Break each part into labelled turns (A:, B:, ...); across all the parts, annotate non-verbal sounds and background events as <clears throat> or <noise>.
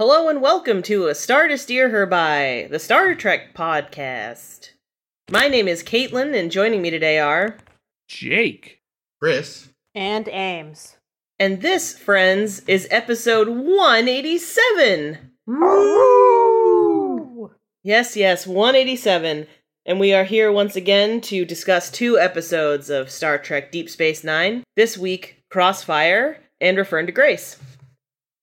A: Hello and welcome to A Star to Steer Her By, the Star Trek podcast. My name is Caitlin, and joining me today are.
B: Jake.
C: Chris,
D: And Ames.
A: And this, friends, is episode 187. Yes, yes, 187. And we are here once again to discuss two episodes of Star Trek Deep Space Nine. This week, Crossfire and Referring to Grace.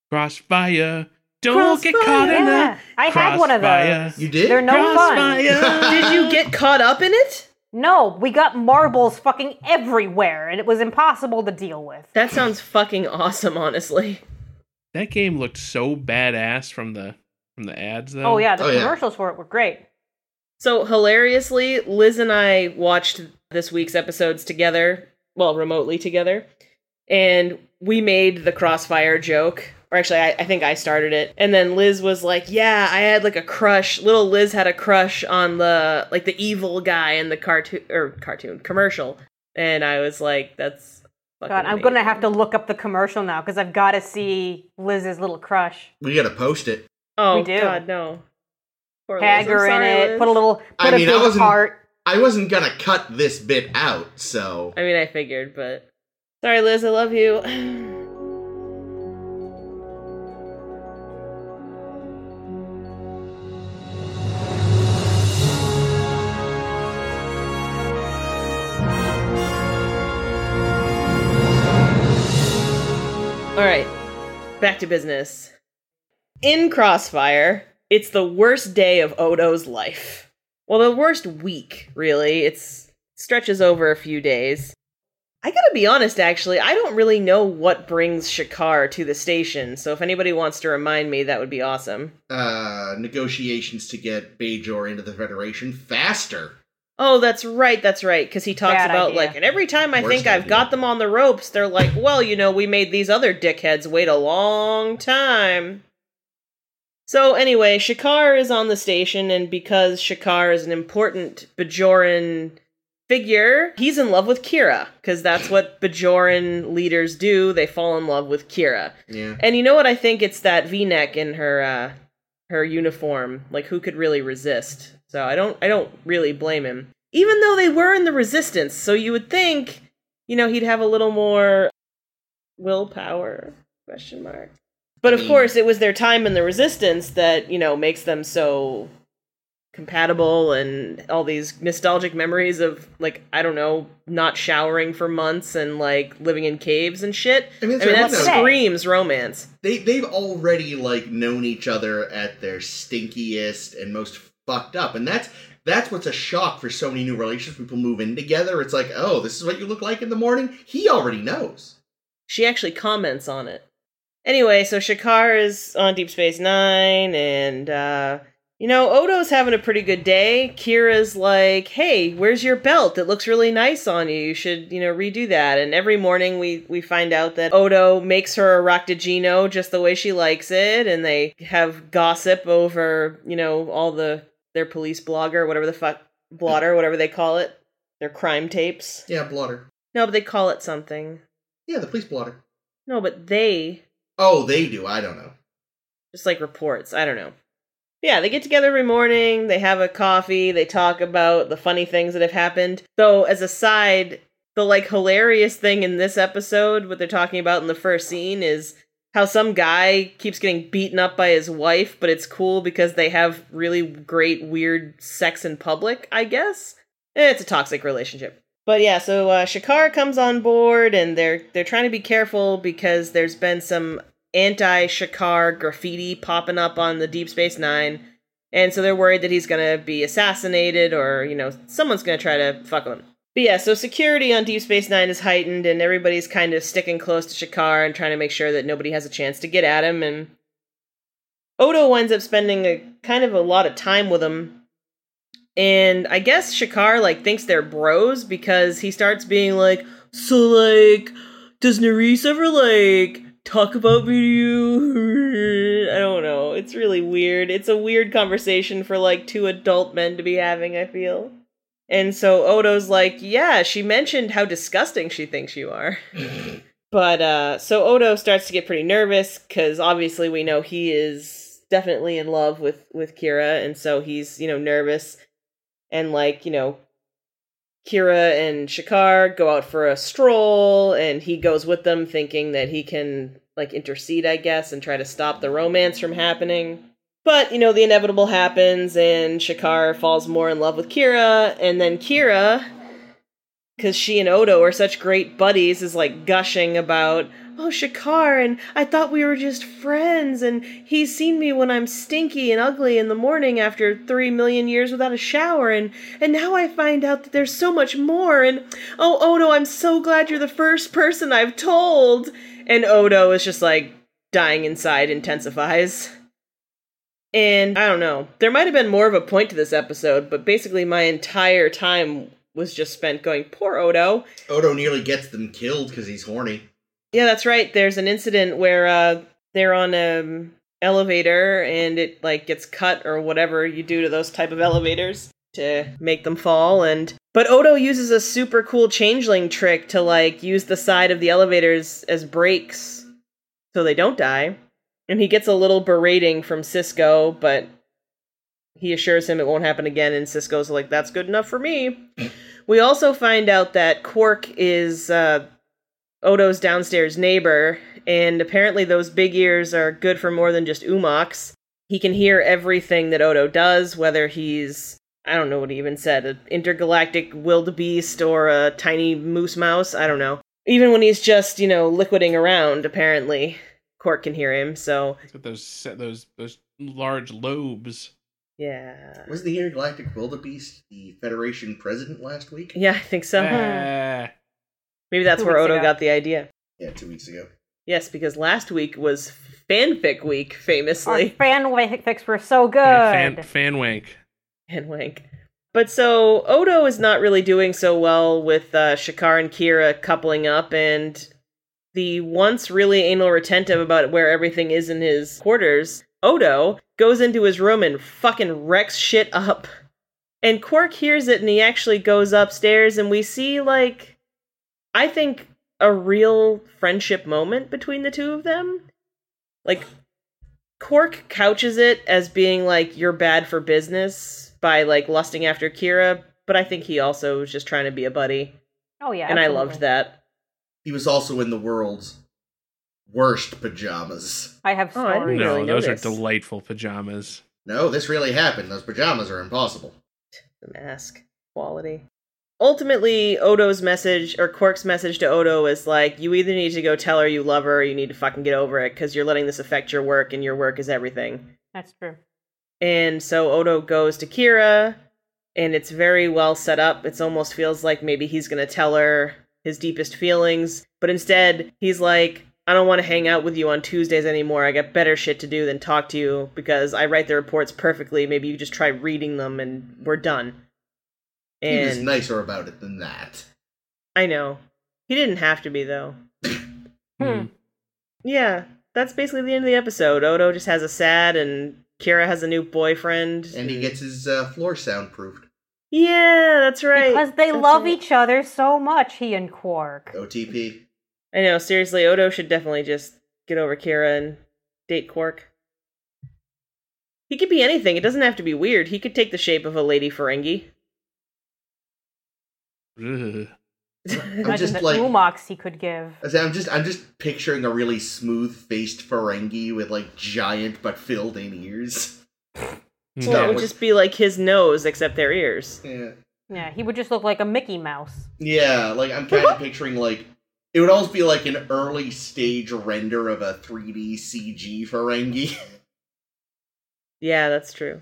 B: Crossfire. Don't get caught in
D: Yeah,
B: the
D: I had one of
B: crossfire.
D: those.
C: you did?
D: They're no fun.
A: <laughs>
B: Crossfire.
A: Did you get caught up in it?
D: No, we got marbles fucking everywhere, and it was impossible to deal with.
A: That sounds fucking awesome, honestly.
B: that game looked so badass from the from the ads though.
D: Oh yeah, the
C: Oh, yeah.
D: commercials for it were great.
A: So hilariously, Liz and I watched this week's episodes together, well, remotely together, and we made the crossfire joke. Or actually, I, I think I started it, and then Liz was like, "Yeah, I had like a crush. Little Liz had a crush on the like the evil guy in the cartoon or cartoon commercial," and I was like, "That's fucking
D: God, I'm
A: amazing.
D: gonna have to look up the commercial now because I've got to see Liz's little crush.
C: We gotta post it.
A: Oh
D: We do.
A: God, no. Poor Liz.
D: Tag
A: I'm
D: her in
A: sorry,
D: it.
A: Liz.
D: Put a little. Put
C: I
D: a
C: mean, I
D: big
C: wasn't-
D: heart.
C: I wasn't gonna cut this bit out, so
A: I mean, I figured, but sorry, Liz. I love you. <sighs> All right, back to business. In Crossfire, it's the worst day of Odo's life. Well, the worst week, really. It's stretches over a few days. I gotta be honest, actually, I don't really know what brings Shakar to the station, so if anybody wants to remind me, that would be awesome.
C: uh negotiations to get Bajor into the Federation faster.
A: Oh, that's right, that's right, because he talks
D: Bad
A: about,
D: idea.
A: like, and every time I
C: Worst
A: think I've
C: idea.
A: got them on the ropes, they're like, well, you know, we made these other dickheads wait a long time. So, anyway, Shakar is on the station, and because Shakar is an important Bajoran figure, he's in love with Kira, because that's what Bajoran leaders do. They fall in love with Kira.
C: Yeah.
A: And you know what I think? It's that V-neck in her uh, her uniform. Like, who could really resist? So I don't I don't really blame him. Even though they were in the resistance, so you would think, you know, he'd have a little more willpower? Question mark. But of
C: Mm.
A: course, it was their time in the resistance that you know makes them so compatible and all these nostalgic memories of like I don't know not showering for months and like living in caves and shit.
C: I mean,
A: I
C: that's
A: mean
C: what
A: that
C: I'm saying.
D: Say.
A: screams romance.
C: they they've already like known each other at their stinkiest and most fucked up, and that's that's what's a shock for so many new relationships. People move in together. It's like, oh, this is what you look like in the morning. He already knows.
A: She actually comments on it. Anyway, so Shakar is on Deep Space Nine, and uh, you know Odo's having a pretty good day. Kira's like, "Hey, where's your belt? It looks really nice on you. You should, you know, redo that." And every morning we we find out that Odo makes her a Roctagino just the way she likes it, and they have gossip over, you know, all the their police blogger, whatever the fuck blotter, whatever they call it, their crime tapes.
C: Yeah, blotter.
A: No, but they call it something.
C: Yeah, the police blotter.
A: No, but they
C: Oh, they do. I don't know.
A: just like reports. I don't know. Yeah, they get together every morning, they have a coffee, they talk about the funny things that have happened. Though, as a side, the like hilarious thing in this episode, what they're talking about in the first scene, is how some guy keeps getting beaten up by his wife, but it's cool because they have really great, weird sex in public, I guess. Eh, It's a toxic relationship. But yeah, so uh, Shakar comes on board, and they're they're trying to be careful because there's been some anti Shakar graffiti popping up on the Deep Space Nine. And so they're worried that he's going to be assassinated or, you know, someone's going to try to fuck with him. But yeah, so security on Deep Space Nine is heightened and everybody's kind of sticking close to Shakar and trying to make sure that nobody has a chance to get at him. And Odo winds up spending a kind of a lot of time with him. And I guess Shakar, like, thinks they're bros because he starts being like, so, like, does Nerys ever like talk about me to you? <laughs> I don't know. It's really weird. It's a weird conversation for like two adult men to be having, I feel. And so Odo's like, yeah, she mentioned how disgusting she thinks you are. But uh so Odo starts to get pretty nervous cuz obviously we know he is definitely in love with with Kira, and so he's you know nervous, and like you know, Kira and Shakar go out for a stroll, and he goes with them, thinking that he can like intercede, I guess, and try to stop the romance from happening. But you know, the inevitable happens, and Shakar falls more in love with Kira, and then Kira because she and Odo are such great buddies, is like gushing about, oh, Shakar, and I thought we were just friends, and he's seen me when I'm stinky and ugly in the morning after three million years without a shower, and, and now I find out that there's so much more, and oh, Odo, I'm so glad you're the first person I've told. And Odo is just like dying inside, intensifies. And I don't know. There might have been more of a point to this episode, but basically, my entire time was just spent going, poor Odo.
C: Odo nearly gets them killed because he's horny.
A: Yeah, that's right. There's an incident where uh, they're on a elevator and it like gets cut or whatever you do to those type of elevators to make them fall and but Odo uses a super cool changeling trick to like use the side of the elevators as brakes so they don't die. And he gets a little berating from Cisco, but he assures him it won't happen again and Cisco's like that's good enough for me. we also find out that Quark is uh Odo's downstairs neighbor, and apparently those big ears are good for more than just umox. He can hear everything that Odo does, whether he's I don't know what he even said, an intergalactic wildebeest or a tiny moose mouse, I don't know. Even when he's just, you know, liquiding around, apparently, Quark can hear him, so
B: It's got those set those those large lobes.
A: yeah.
C: Wasn't the intergalactic wildebeest the Federation president last week?
A: Yeah, I think so. hmm.
B: Ah.
A: Maybe that's
D: Two
A: where
D: weeks
A: Odo
D: ago.
A: got the idea.
C: Yeah, two weeks ago.
A: Yes, because last week was fanfic week,
D: Our
A: famously.
D: fan fix were so good.
B: Yeah, fan, fan wank.
A: and wank. But so Odo is not really doing so well with uh, Shakar and Kira coupling up, and the once really anal retentive about where everything is in his quarters, Odo goes into his room and fucking wrecks shit up. And Quark hears it and he actually goes upstairs, and we see, like, I think a real friendship moment between the two of them. Like, Cork couches it as being like you're bad for business by like lusting after Kira, but I think he also was just trying to be a buddy,
D: oh yeah,
A: and I
D: absolutely.
A: loved that.
C: He was also in the world's worst pajamas.
D: I have
A: Oh, I didn't
B: No,
D: stories.
A: really
B: those
A: notice.
B: are delightful pajamas.
C: No, this really happened. Those pajamas are impossible.
A: The mask quality. Ultimately, Odo's message or Quark's message to Odo is like you either need to go tell her you love her, or you need to fucking get over it because you're letting this affect your work, and your work is everything.
D: That's true.
A: And so Odo goes to Kira, and it's very well set up. It almost feels like maybe he's going to tell her his deepest feelings, but instead, he's like, I don't want to hang out with you on Tuesdays anymore. I got better shit to do than talk to you because I write the reports perfectly. Maybe you just try reading them and we're done.
C: he was
A: And
C: nicer about it than that.
A: I know. He didn't have to be, though.
D: Hmm.
A: Yeah, that's basically the end of the episode. Odo just has a sad, and Kira has a new boyfriend.
C: And he gets his uh, floor soundproofed.
A: Yeah, that's right.
D: Because they
A: That's
D: love
A: right.
D: each other so much, he and Quark.
C: OTP.
A: I know, seriously, Odo should definitely just get over Kira and date Quark. He could be anything. It doesn't have to be weird. He could take the shape of a lady Ferengi.
B: Hmm. Ugh.
C: I'm
D: Imagine
C: just
D: the
C: like-
D: umox he could give.
C: I say, I'm just I'm just picturing a really smooth faced Ferengi with like giant but filled in ears. <laughs>
A: Well, it
C: That
A: would
C: was-
A: just be like his nose, except their ears.
C: Yeah.
D: Yeah, he would just look like a Mickey Mouse.
C: Yeah, like I'm
D: Uh-huh.
C: kind of picturing like it would almost be like an early stage render of a 3D CG Ferengi. <laughs>
A: Yeah, that's true.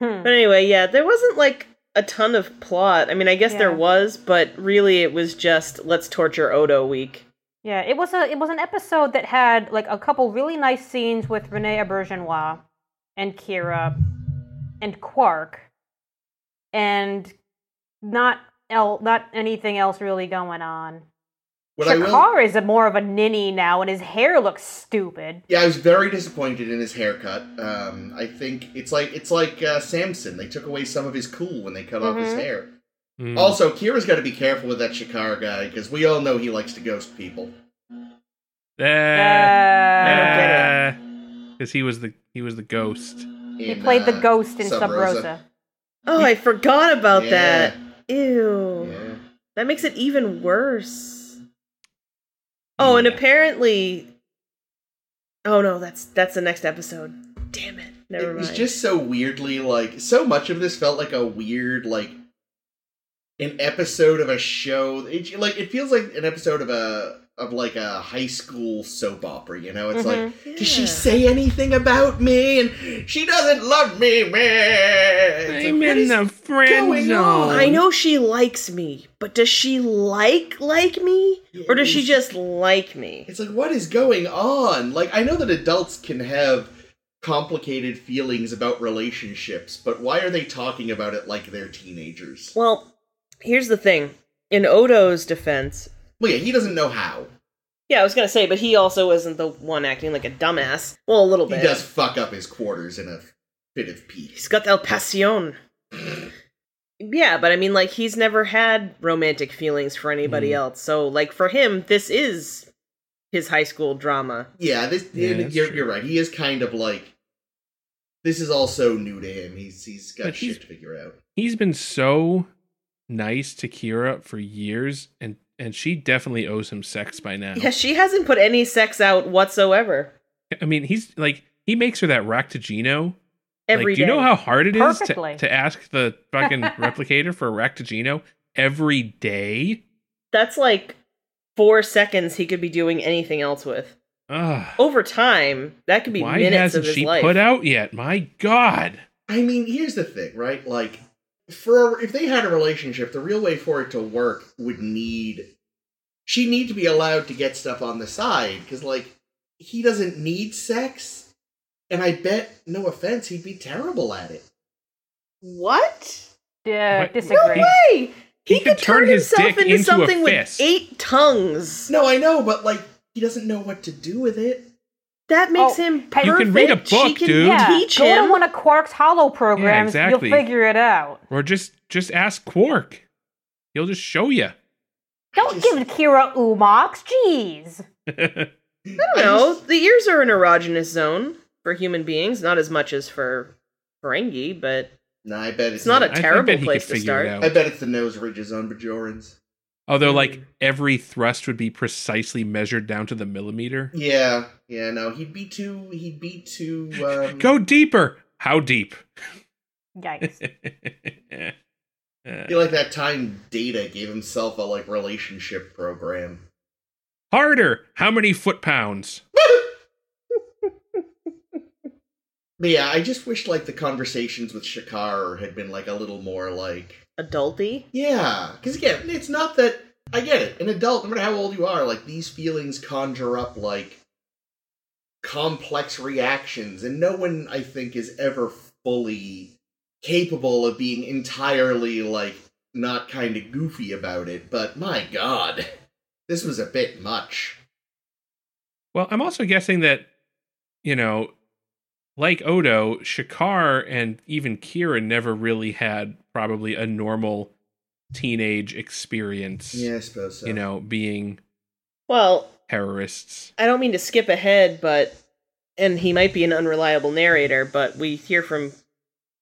D: Hmm.
A: But anyway, yeah, there wasn't like a ton of plot. I mean, I guess there
D: Yeah.
A: was, but really it was just let's torture Odo week.
D: Yeah, it was a it was an episode that had like a couple really nice scenes with Renee Auberginois and Kira and Quark and not el- not anything else really going on.
C: What I will,
D: Shakar is a more of a ninny now and his hair looks stupid.
C: yeah, I was very disappointed in his haircut. Um, I think it's like it's like uh, Samson. They took away some of his cool when they cut off his
D: Mhm.
C: hair.
B: Hmm.
C: Also, Kira's got to be careful with that Shakar guy because we all know he likes to ghost people.
B: Ah.
D: Uh,
A: don't get it.
B: Because he was the He was the ghost.
D: He
C: in,
D: played the
C: uh,
D: ghost in
C: Sub
D: Sub
C: Rosa.
D: Rosa.
A: Oh, I forgot about that.
C: Yeah,
A: Ew.
C: yeah.
A: That makes it even worse. Oh, and apparently Oh no, that's that's the next episode. Damn it. Never
C: it
A: mind.
C: was just so weirdly like so much of this felt like a weird like an episode of a show it, like it feels like an episode of a of like a high school soap opera you know it's like does
A: Mm-hmm.
C: she
A: Yeah.
C: say anything about me and she doesn't love me man It's
B: I'm
C: like,
B: in
C: what is-
B: the friend
C: going
B: zone.
C: on?
A: I know she likes me, but does she like like me? Or does she just like me?
C: It's like, what is going on? Like, I know that adults can have complicated feelings about relationships, but why are they talking about it like they're teenagers?
A: Well, here's the thing. In Odo's defense,
C: Well, yeah, he doesn't know how.
A: yeah, I was gonna say, but he also isn't the one acting like a dumbass. Well, a little
C: He
A: bit.
C: does fuck up his quarters in a fit of pique.
A: He's got El Pasión. yeah, but I mean, like, he's never had romantic feelings for anybody
B: Mhm.
A: else. So, like, for him, this is his high school drama.
C: Yeah, this
B: Yeah,
C: and
B: that's
C: you're,
B: true.
C: you're right. He is kind of like this is also new to him. He's he's got
B: But
C: shit
B: he's-
C: to figure out.
B: He's been so nice to Kira for years, and and she definitely owes him sex by now.
A: Yeah, she hasn't put any sex out whatsoever.
B: I mean, he's like he makes her that Ractagino.
A: Every
B: like,
A: day.
B: do you know how hard it is to,
D: Perfectly.
B: to ask the
A: <laughs>
B: fucking replicator for a Ractagino every day?
A: That's like four seconds he could be doing anything else with.
B: Ugh.
A: Over time, that could be
B: Why
A: minutes of
B: hasn't
A: his
B: she
A: life.
B: put out yet? My God.
C: I mean, here's the thing, right? Like, for if they had a relationship, the real way for it to work would need she need to be allowed to get stuff on the side because, like, he doesn't need sex, and I bet, no offense, he'd be terrible at it.
A: what?
D: Uh,
B: What?
A: No
D: disagree.
A: way! He,
B: He
A: could, turn,
B: his
A: himself
B: dick
A: into,
B: into a
A: something with
B: fist.
A: eight tongues.
C: No, I know, but like, he doesn't know what to do with it.
A: That makes
D: Oh,
A: him
D: hey-
A: perfect.
D: You
B: can read a
A: she
B: book,
A: can
B: dude.
D: Yeah,
A: teach
D: go
A: him.
D: to one of Quark's Hollow programs.
B: exactly.
D: You'll figure it out.
B: Or just just ask Quark. He'll just show you.
D: Don't
C: just-
D: give Kira Umox. Jeez.
A: I don't know. The ears are an erogenous zone for human beings, not as much as for Ferengi, but
C: No, I bet it's,
A: It's not
C: the-
A: a
B: I- I
A: terrible
B: bet he
A: place
B: could
A: to
B: figure
A: start.
B: It out.
C: I bet it's the nose ridges on Bajorans.
B: <laughs> Although,
A: Hmm.
B: like every thrust would be precisely measured down to the millimeter.
C: Yeah, yeah. No, he'd be too. He'd be too. Um,
A: Hmm.
B: Go deeper. How deep?
D: Yikes.
C: I feel like that time Data gave himself a like relationship program.
B: <laughs> Harder. How many foot pounds?
C: But yeah, I just wish like the conversations with Shakar had been like a little more like
A: adulty.
C: yeah, because again, it's not that I get it. An adult, no matter how old you are, like these feelings conjure up like complex reactions, and no one I think is ever fully capable of being entirely like not kind of goofy about it. But my god, this was a bit much.
B: Well, I'm also guessing that, you know, like Odo, Shakar and even Kira never really had probably a normal teenage experience.
C: Yeah, I suppose so.
B: You know, being
A: Well,
B: terrorists.
A: I don't mean to skip ahead, but and he might be an unreliable narrator, but we hear from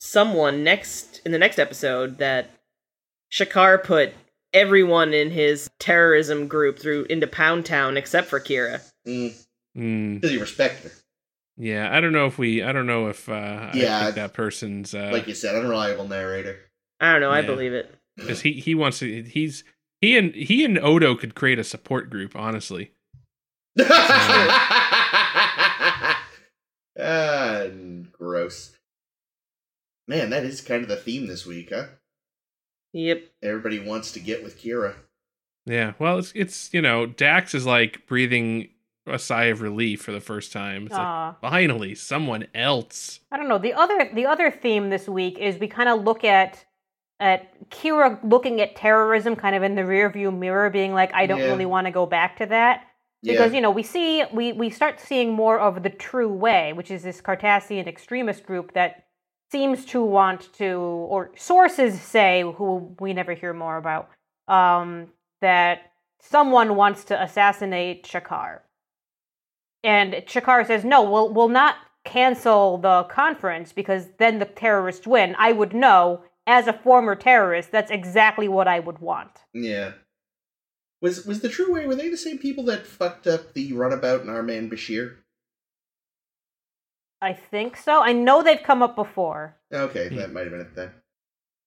A: someone next in the next episode that Shakar put everyone in his terrorism group through into Pound Town except for Kira.
C: Mm,
B: Mm,
C: because you respect her.
B: yeah, I don't know if we. I don't know if. Uh, I
C: Yeah.
B: think that person's. Uh,
C: like you said, unreliable narrator.
A: I don't know, I
B: Yeah.
A: believe it.
B: because he he wants to he's he and he and Odo could create a support group honestly.
C: <laughs> Mm-hmm. Ah, gross. Man, that is kind of the theme this week, huh?
A: Yep.
C: Everybody wants to get with Kira.
B: Yeah, well it's it's you know Dax is like breathing a sigh of relief for the first time. It's like
D: Aw.
B: finally someone else.
D: I don't know. The other the other theme this week is we kind of look at at Kira looking at terrorism kind of in the rearview mirror, being like, I don't
C: Yeah.
D: really want to go back to that. Because you know, we see we we start seeing more of the true way, which is this Cartassian extremist group that seems to want to, or sources say, who we never hear more about, um, that someone wants to assassinate Shakar. And Shakar says, "No, we'll we'll not cancel the conference because then the terrorists win, I would know as a former terrorist that's exactly what I would want.
C: Yeah. Was was the True Way? Were they the same people that fucked up the runabout and our man Bashir?
D: I think so. I know they've come up before.
C: Okay,
B: Hmm.
C: that might have been it then.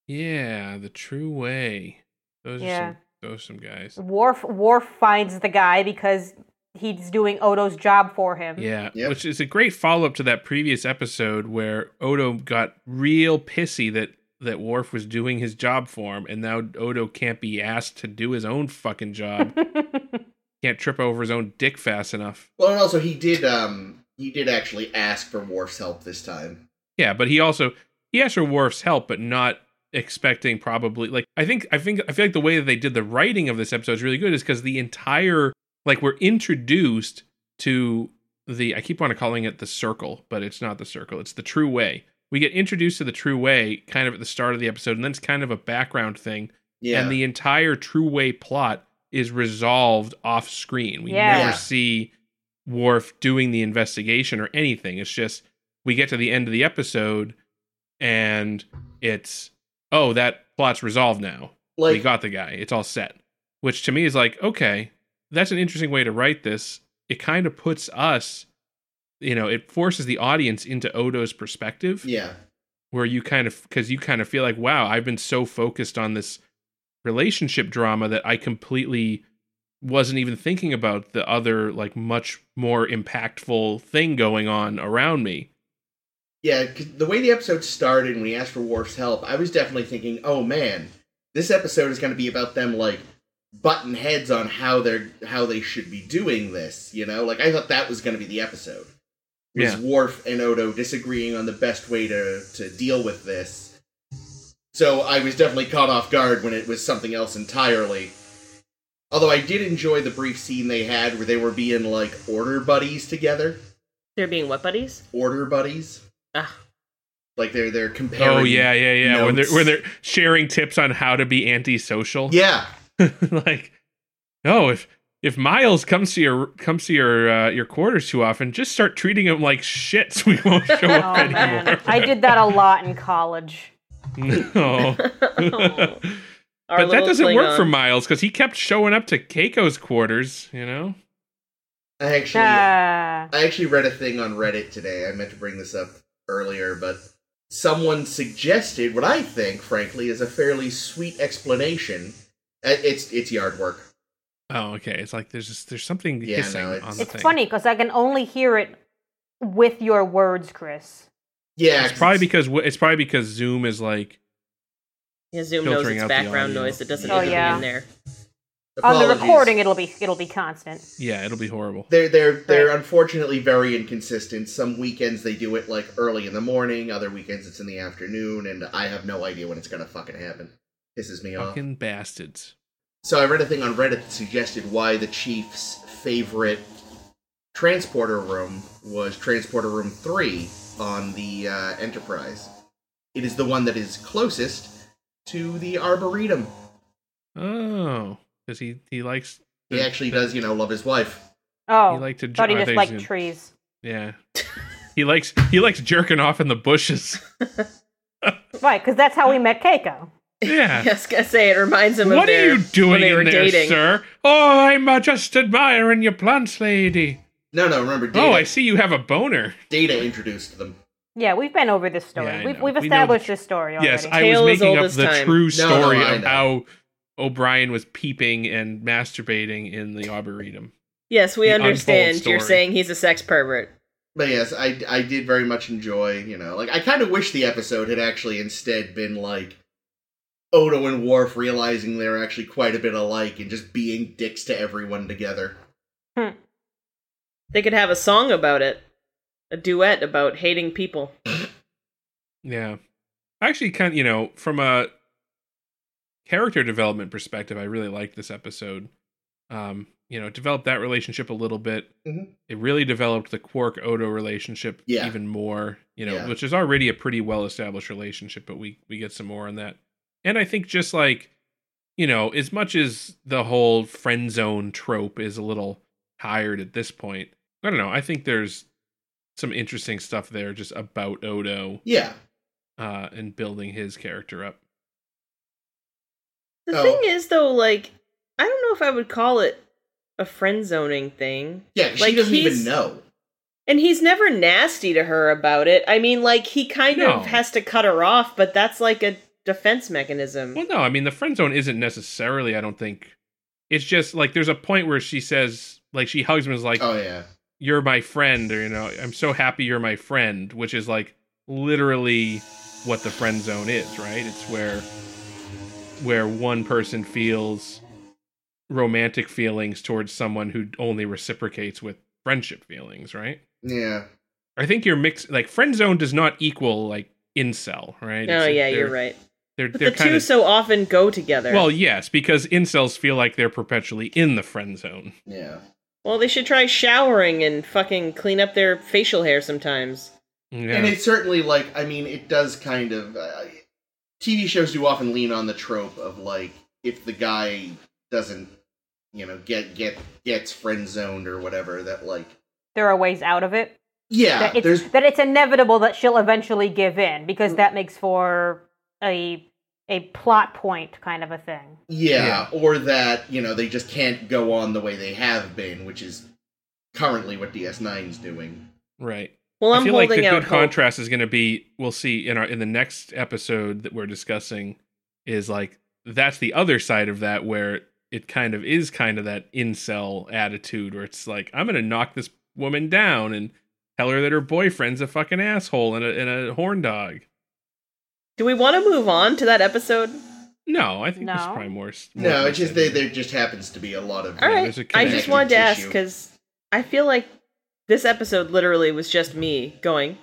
B: Yeah, the true way. Those
D: Yeah.
B: are some those are some guys.
D: Worf Worf finds the guy because he's doing Odo's job for him. <laughs>
B: Yeah,
C: Yep.
B: which is a great follow up to that previous episode where Odo got real pissy that that Worf was doing his job for him, and now Odo can't be asked to do his own fucking
D: <laughs>
B: job.
D: Oh,
B: can't trip over his own dick fast enough.
C: Well, and also he did. Um, he did actually ask for Worf's help this time.
B: Yeah, but he also he asked for Worf's help, but not expecting probably like I think I think I feel like the way that they did the writing of this episode is really good is because the entire like we're introduced to the I keep on calling it the circle, but it's not the circle, it's the true way. We get introduced to the true way kind of at the start of the episode, and then it's kind of a background thing.
C: Yeah.
B: And the entire true way plot is resolved off screen. We
D: Yeah.
B: never
C: Yeah.
B: see Worf doing the investigation or anything. It's just we get to the end of the episode and it's oh, that plot's resolved now. we
C: like
B: got the guy. It's all set. Which to me is like, okay, that's an interesting way to write this. It kind of puts us, you know, it forces the audience into Odo's perspective
C: yeah,
B: where you kind of because you kind of feel like wow i've been so focused on this relationship drama that i completely wasn't even thinking about the other like much more impactful thing going on around me
C: yeah. 'cause The way the episode started when he asked for Worf's help, I was definitely thinking, "Oh man, this episode is going to be about them like button heads on how they're how they should be doing this." You know, like I thought that was going to be the episode. Was
B: Yeah.
C: Worf and Odo disagreeing on the best way to to deal with this? So I was definitely caught off guard when it was something else entirely. Although I did enjoy the brief scene they had where they were being like order buddies together.
A: They're being what
B: <laughs>
A: buddies? <laughs>
C: Order buddies.
A: Ah.
C: Like they're they're comparing.
B: oh yeah yeah yeah when they're
C: notes.
B: when they're sharing tips on how to be antisocial
C: Yeah.
B: <laughs> like oh if if miles comes to your comes to your uh, your quarters too often just start treating him like shit so <laughs> we won't show
D: Oh
B: up anymore
D: man, I did that a lot
B: <laughs>
D: in college. <laughs>
B: no
A: Oh, our
B: but that
A: little
B: doesn't work for
A: Klingon.
B: Miles because he kept showing up to Keiko's quarters, you know?
C: I actually
D: Ah.
C: I actually read a thing on Reddit today. I meant to bring this up earlier, but someone suggested what I think, frankly, is a fairly sweet explanation. Uh, It's it's yard work.
B: Oh, okay. It's like there's just, there's something
C: Yeah,
B: hissing
C: no, it's-
B: on the
D: It's
B: thing.
D: funny because I can only hear it with your words, Chris.
C: Yeah,
B: It's
C: 'cause
B: probably because w- it's probably because Zoom is like
A: Yeah, Zoom knows
B: filtering
A: it's
B: out the
A: background
B: audio.
A: noise that doesn't
D: Oh,
A: need to
D: yeah.
A: be in there. <laughs>
D: On the
C: apologies.
D: recording, it'll be it'll be constant.
B: yeah, it'll be horrible.
C: They're they're they're
D: Right.
C: unfortunately very inconsistent. Some weekends they do it like early in the morning. Other weekends it's in the afternoon, and I have no idea when it's gonna fucking happen. Pisses me off.
B: Fucking bastards.
C: So I read a thing on Reddit that suggested why the chief's favorite transporter room was transporter room 3 on the uh, Enterprise. It is the one that is closest to the Arboretum.
B: Oh, because he he likes
C: He actually does, you know, love his wife.
D: Oh,
B: he liked to jer-
D: thought he
B: I
D: just
B: think
D: liked
B: he's-
D: trees.
B: yeah. He likes he likes jerking off in the bushes.
D: Right, because that's how we met Keiko.
B: Yeah.
A: Yes, I was gonna say it reminds him. of
B: What are
A: their,
B: you
A: when
B: doing
A: they were
B: in there,
A: dating.
B: sir? Oh, I'm uh, just admiring your plants, lady.
C: No, no, remember Data,
B: Oh, I see you have a boner.
C: Data introduced them.
D: Yeah, we've been over this story.
B: Yeah, I
D: we've
B: know.
D: we've
B: We know the
D: established
B: tr-
D: this story already.
B: Yes, I
A: Tale
B: was
A: as
B: making
A: old
B: up
A: as
B: the
A: time.
B: true
C: No, no,
B: story
C: I
B: of
C: know.
B: how O'Brien was peeping and masturbating in the arboretum.
A: Yes, we
B: The untold
A: understand. You're
B: story.
A: saying he's a sex pervert.
C: But yes, I, I did very much enjoy, you know, like I kind of wish the episode had actually instead been like Odo and Worf realizing they're actually quite a bit alike and just being dicks to everyone together.
A: They could have a song about it, a duet about hating people.
B: Yeah, actually, kind you know from a character development perspective, I really liked this episode. Um, you know, it developed that relationship a little bit.
C: Mhm.
B: It really developed the Quark Odo relationship
C: Yeah.
B: even more. You know,
C: Yeah.
B: which is already a pretty well established relationship, but we we get some more on that. And I think just like you know, as much as the whole friend zone trope is a little tired at this point, I don't know. I think there's some interesting stuff there just about Odo
C: Yeah.
B: uh, and building his character up.
A: The
C: Oh.
A: thing is, though, like, I don't know if I would call it a friend zoning thing.
C: Yeah, 'cause
A: Like,
C: she doesn't even
A: he's-
C: know.
A: And he's never nasty to her about it. I mean, like, he kind
B: No.
A: of has to cut her off, but that's like a defense mechanism.
B: Well, no, I mean the friend zone isn't necessarily. I don't think it's just like there's a point where she says, like she hugs him and is like,
C: Oh yeah.
B: "You're my friend," or you know, "I'm so happy you're my friend," which is like literally what the friend zone is, right? It's where where one person feels romantic feelings towards someone who only reciprocates with friendship feelings, right?
C: Yeah.
B: I think you're mixed. Like friend zone does not equal like incel, right?
A: Oh,
B: It's-
A: yeah,
B: they're-
A: you're right.
B: They're
A: But
B: they're
A: the
B: kind
A: two
B: of
A: so often go together.
B: well,
A: Well,
B: yes, because incels feel like they're perpetually in the friend zone.
C: Yeah.
A: they should try showering and fucking clean up their facial hair sometimes.
B: Yeah.
C: And it's certainly like I mean it does kind of uh, TV shows do often lean on the trope of like if the guy doesn't you know get get gets friend zoned or whatever that like
D: There are ways out of it.
C: yeah
D: that, it's,
C: there's
D: that it's inevitable that she'll eventually give in
A: Mm.
D: because that makes for a a plot point kind of a thing.
C: yeah, or that you know they just can't go on the way they have been which is currently what DS9's doing.
B: right.
A: Well,
B: I
A: I'm
B: feel like the
A: holding
B: good
A: out hope.
B: contrast is going to be we'll see in our in the next episode that we're discussing is like that's the other side of that where it kind of is kind of that incel attitude where it's like I'm going to knock this woman down and tell her that her boyfriend's a fucking asshole and a and a horn dog.
A: Do we want to move on to that episode?
B: No, I think there's
D: No.
B: probably more. s- more
C: No,
B: to
C: it's
B: be
C: just
B: said
C: they,
B: here.
C: there just happens to be a lot of
A: All right.
B: there's a
A: I just
B: connective
A: wanted to ask
C: tissue.
A: because I feel like this episode literally was just me going,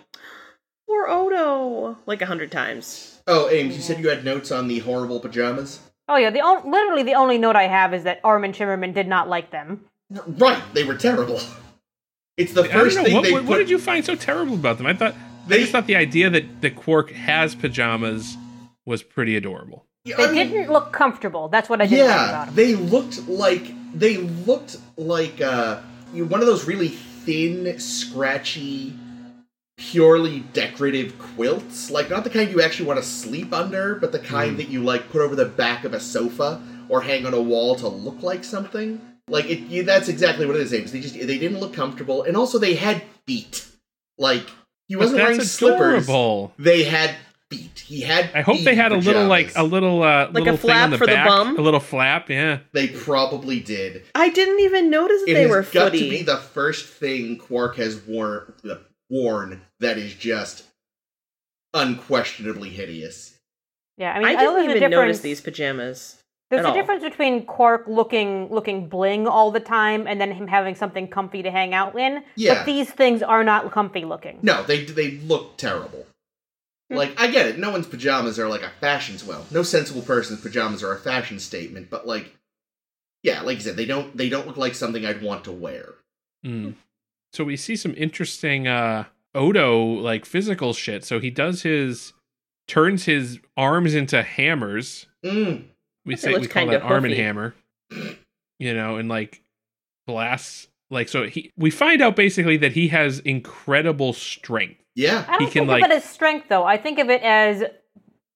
A: poor Odo, like a hundred times.
C: Oh, Ames, you said you had notes on the horrible pajamas?
D: Oh yeah, the on- literally the only note I have is that Armin Shimmerman did not like them.
C: No, right, they were terrible. It's the
B: I don't
C: first
B: know,
C: thing
B: what,
C: they
B: what,
C: put.
B: what did you find so terrible about them? I thought I
C: They-
B: just thought the idea that the Quark has pajamas was pretty adorable.
C: Yeah,
D: They
A: Um,
C: I mean,
D: didn't look comfortable. That's what I didn't like
C: Yeah,
D: about them.
C: they looked like they looked like uh, you one of those really thin, scratchy, purely decorative quilts. Like not the kind you actually want to sleep under, but the kind
B: Hmm.
C: that you like put over the back of a sofa or hang on a wall to look like something. Like it, you, that's exactly what it is. Ames. They just they didn't look comfortable, and also they had feet. Like he
B: But
C: wasn't wearing
B: that's
C: slippers.
B: adorable.
C: They had feet. He had.
B: I hope
C: feet
B: they had a little like a
C: pajamas.
B: little uh,
A: Like a
B: little thing on
A: flap
B: the
A: for the
B: back,
A: bum?
B: a little flap. Yeah,
C: They probably did.
A: I didn't even notice that
C: It
A: they
C: has
A: were
C: got to be
A: footy.
C: the first thing Quark has worn, worn that is just unquestionably hideous.
D: Yeah,
A: I,
D: I mean, know
A: didn't
D: there's a
A: even notice
D: difference-
A: these pajamas.
D: There's
A: at
D: a
A: all.
D: difference between Quark looking looking bling all the time and then him having something comfy to hang out in.
C: Yeah.
D: But these things are not comfy looking.
C: No, they they look terrible.
A: Hmm.
C: Like I get it, no one's pajamas are like a fashion. Well, no sensible person's pajamas are a fashion statement, but like, yeah, like you said, they don't they don't look like something I'd want to wear.
B: Mm. So we see some interesting uh Odo like physical shit. So he does his turns his arms into hammers.
C: Mm.
B: we
A: It
B: say
A: looks
B: we call
A: kinda
B: that arm and
A: hoofy.
B: hammer you know and like blasts like so he we find out basically that he has incredible strength
C: Yeah,
D: I don't
B: He can,
D: think
B: like-
D: of it as strength though. I think of it as